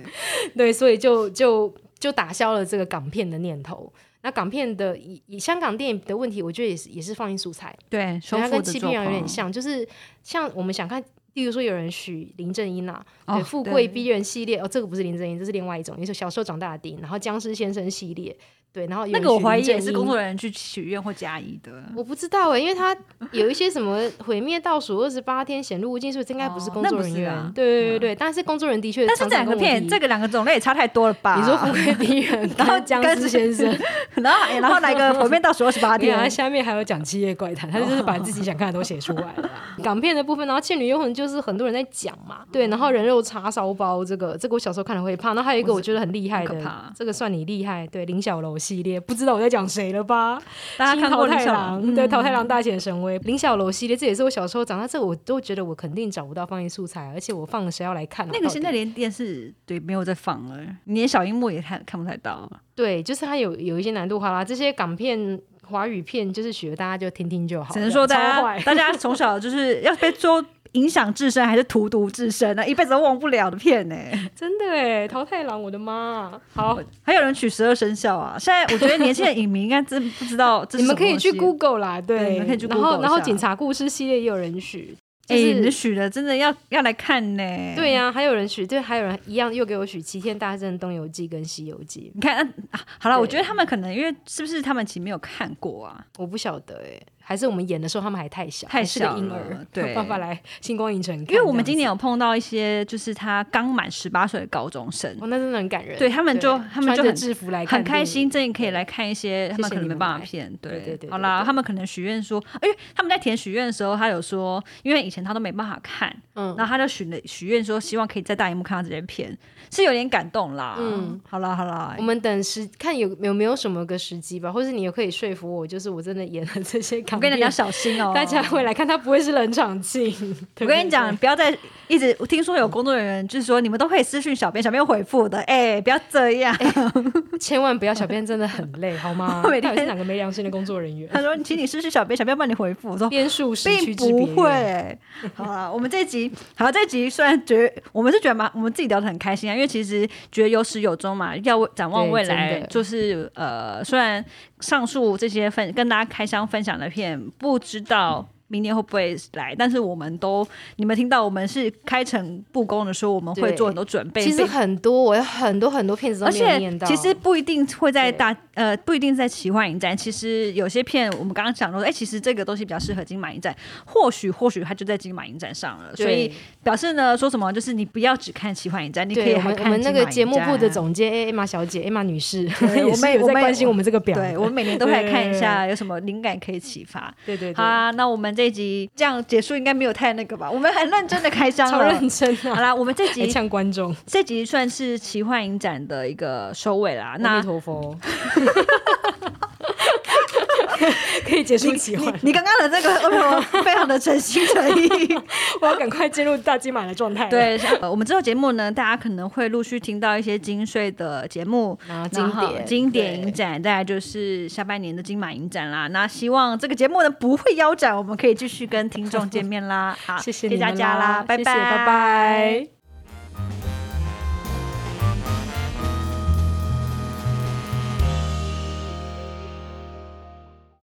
Speaker 2: 对，所以就就就打消了这个港片的念头。那港片的以以香港电影的问题，我觉得也是也是放映素材，
Speaker 1: 对，
Speaker 2: 所
Speaker 1: 收
Speaker 2: 以它
Speaker 1: 复
Speaker 2: 跟
Speaker 1: 的
Speaker 2: 欺
Speaker 1: 状
Speaker 2: 骗
Speaker 1: 况
Speaker 2: 人有点像，就是像我们想看，例如说有人许林正英啊，
Speaker 1: 哦
Speaker 2: 对，富贵
Speaker 1: 对
Speaker 2: 逼人系列，哦，这个不是林正英，这是另外一种，也是小时候长大的电影，然后僵尸先生系列，对，然后有
Speaker 1: 那
Speaker 2: 人
Speaker 1: 个我
Speaker 2: 许
Speaker 1: 怀疑
Speaker 2: 林
Speaker 1: 也
Speaker 2: 正
Speaker 1: 是
Speaker 2: 英
Speaker 1: 工作人员去许愿或加一的。
Speaker 2: 我不知道哎、因为他有一些什么毁灭倒数二十八天显露无尽，所以这应该不是
Speaker 1: 哦
Speaker 2: 工
Speaker 1: 那
Speaker 2: 作
Speaker 1: 不
Speaker 2: 人
Speaker 1: 是
Speaker 2: 员。
Speaker 1: 啊
Speaker 2: 对对对对，但是工作人员的确
Speaker 1: 但是
Speaker 2: 常
Speaker 1: 这
Speaker 2: 常
Speaker 1: 两
Speaker 2: 跟
Speaker 1: 个
Speaker 2: 我提，
Speaker 1: 片，这个两个种类也差太多了吧？
Speaker 2: 你说富贵逼人，然后僵尸 先生，
Speaker 1: 然后 然后来个火面倒数二 十八
Speaker 2: 对啊，
Speaker 1: 天，
Speaker 2: 下面还有讲《七夜怪谈》，他就是把自己想看的都写出来了啦。港片的部分，然后《倩女幽魂》就是很多人在讲嘛，对，然后人肉叉烧包这个，这个我小时候看了会怕。然后还有一个我觉得很厉害
Speaker 1: 很
Speaker 2: 的
Speaker 1: 可怕，
Speaker 2: 这个算你厉害，对，林小楼系列，不知道我在讲谁了吧？
Speaker 1: 大家看过
Speaker 2: 新
Speaker 1: 林
Speaker 2: 桃太
Speaker 1: 小
Speaker 2: 郎，
Speaker 1: 龙
Speaker 2: 对，桃太郎
Speaker 1: 嗯
Speaker 2: 大显神威，林小楼系列，这也是我小时候长大，这个我都觉得我肯定找不到放映素材，而且我放了谁要来看啊？
Speaker 1: 那个
Speaker 2: 到底
Speaker 1: 现在连电视对没有在放了，你连小荧幕也看看不太到。
Speaker 2: 对，就是它有有一些难度，好啦，这些港片。华语片就是学，大家就听听就好。
Speaker 1: 只能说
Speaker 2: 这
Speaker 1: 大
Speaker 2: 样超
Speaker 1: 家
Speaker 2: 坏
Speaker 1: 大家从小就是要被说影响至深，还是荼毒至深呢，一辈子都忘不了的片呢。
Speaker 2: 真的哎，桃太郎，我的妈！好，
Speaker 1: 还有人取十二生肖啊！现在我觉得年轻的影迷应该真不知道这是
Speaker 2: 你们
Speaker 1: 什么
Speaker 2: 可以去
Speaker 1: 东西
Speaker 2: Google 啦，
Speaker 1: 对
Speaker 2: 对，
Speaker 1: 你们可以去
Speaker 2: 然
Speaker 1: Google
Speaker 2: 后，
Speaker 1: 一
Speaker 2: 然后
Speaker 1: 下
Speaker 2: 警察故事系列也有人许，就
Speaker 1: 哎、你们
Speaker 2: 是。
Speaker 1: 许的真的要要来看呢、
Speaker 2: 对、呀、还有人许，对，还有人一样又给我许《齐天大圣东游记》跟《西游记
Speaker 1: 你看，啊啊好了，我
Speaker 2: 对
Speaker 1: 觉得他们可能因为是不是他们其实没有看过啊？》，
Speaker 2: 我不晓得哎、还是我们演的时候他们还太小，
Speaker 1: 太
Speaker 2: 还是个
Speaker 1: 小
Speaker 2: 婴
Speaker 1: 了
Speaker 2: 儿，
Speaker 1: 对
Speaker 2: 没有办法来星光影城看
Speaker 1: 因
Speaker 2: 这
Speaker 1: 为
Speaker 2: 样子。
Speaker 1: 我们今年有碰到一些就是他刚满十八岁的高中生，
Speaker 2: 哦，那真的很感人，
Speaker 1: 对他们就
Speaker 2: 对
Speaker 1: 他们就
Speaker 2: 穿着
Speaker 1: 很
Speaker 2: 制服来看
Speaker 1: 很开
Speaker 2: 电影
Speaker 1: 心，真的可以来看一些他
Speaker 2: 谢
Speaker 1: 们
Speaker 2: 谢
Speaker 1: 可能
Speaker 2: 你
Speaker 1: 没
Speaker 2: 们
Speaker 1: 办法
Speaker 2: 来
Speaker 1: 骗。
Speaker 2: 对对对
Speaker 1: 好
Speaker 2: 对
Speaker 1: 啦，
Speaker 2: 对
Speaker 1: 他们可能许愿说，因为他们在填许愿的时候，他有说，因为以前他都没办法看，
Speaker 2: 嗯
Speaker 1: 然后他就许了许愿说，希望可以在大荧幕看到这些片，是有点感动啦。嗯
Speaker 2: 嗯，
Speaker 1: 好啦好啦
Speaker 2: 我，们等时看有有没有什么个时机吧，或者你也可以说服我，就是我真的演了这些
Speaker 1: 我
Speaker 2: 港
Speaker 1: 跟你
Speaker 2: 片，
Speaker 1: 讲你要小心哦、
Speaker 2: 大家会来看，他不会是冷场戏。
Speaker 1: 我
Speaker 2: 对不
Speaker 1: 跟你
Speaker 2: 对
Speaker 1: 讲，，不要再一直听说有工作人员就是说你们都可以私讯小编，小编会回复的，哎、不要这样。
Speaker 2: 千万不要，小编真的很累，好吗
Speaker 1: 每？天
Speaker 2: 到底是哪个没良心的工作人员？
Speaker 1: 他说，请你私讯小编，小编帮你回复。我说
Speaker 2: 编数十
Speaker 1: 并
Speaker 2: 区之别
Speaker 1: 不
Speaker 2: 院
Speaker 1: 会、，好了，我们这集好，这集虽然觉得我们是觉得蛮，我们自己聊得很开心啊，因为其实觉得有始有终嘛，要展望
Speaker 2: 对
Speaker 1: 未
Speaker 2: 真
Speaker 1: 来
Speaker 2: 的，
Speaker 1: 就是呃，虽然上述这些分跟大家开箱分享的片，不知道。明年会不会来？但是我们都，你们听到我们是开诚布公的说，我们会
Speaker 2: 对
Speaker 1: 做很多准备。
Speaker 2: 其实
Speaker 1: 并
Speaker 2: 很多，我有很多很多片子都
Speaker 1: 而
Speaker 2: 没有念
Speaker 1: 且
Speaker 2: 到。
Speaker 1: 其实不一定会在
Speaker 2: 对
Speaker 1: 大呃，不一定在奇幻影展。其实有些片我们刚刚讲说，哎、其实这个东西比较适合金马影展，或许或许它就在金马影展上了。所以
Speaker 2: 对
Speaker 1: 表示呢，说什么就是你不要只看奇幻影展，你可
Speaker 2: 对
Speaker 1: 以
Speaker 2: 我
Speaker 1: 还
Speaker 2: 们我
Speaker 1: 看
Speaker 2: 们那个节
Speaker 1: 金马影
Speaker 2: 目
Speaker 1: 展啊
Speaker 2: 部的。总监 A 玛小姐 A 玛女士，
Speaker 1: 对
Speaker 2: 也
Speaker 1: 我
Speaker 2: 是
Speaker 1: 们
Speaker 2: 有
Speaker 1: 我
Speaker 2: 在
Speaker 1: 们
Speaker 2: 关心我们这个表的。
Speaker 1: 对，我们每年都会来看一下
Speaker 2: 对
Speaker 1: 有什么灵感可以启发。
Speaker 2: 对对
Speaker 1: 好
Speaker 2: 对，
Speaker 1: 啊，那我们这一集这样结束应该没有太那个吧？我们很认真的开箱
Speaker 2: 超
Speaker 1: 了。
Speaker 2: 认真
Speaker 1: 好
Speaker 2: 啊，
Speaker 1: 啦，我们这
Speaker 2: 还
Speaker 1: 集
Speaker 2: 呛观众。
Speaker 1: 这集算是奇幻影展的一个收尾啦。
Speaker 2: 阿
Speaker 1: 那
Speaker 2: 弥 陀佛，可以结束喜欢。
Speaker 1: 哦你刚刚的这个，我非常的诚心诚意。
Speaker 2: 我要赶快进入大金马的状 态。，
Speaker 1: 对，像呃我们之后节目呢，大家可能会陆续听到一些金穗的节目，
Speaker 2: 然后
Speaker 1: 然
Speaker 2: 经
Speaker 1: 后
Speaker 2: 典
Speaker 1: 啊经典影
Speaker 2: 对
Speaker 1: 展，再来就是下半年的金马影展啦。那希望这个节目呢不会腰斩，我们可以继续跟听众见面啦。好，
Speaker 2: 谢
Speaker 1: 谢
Speaker 2: 你们
Speaker 1: 大家啦，拜
Speaker 2: 谢谢拜拜。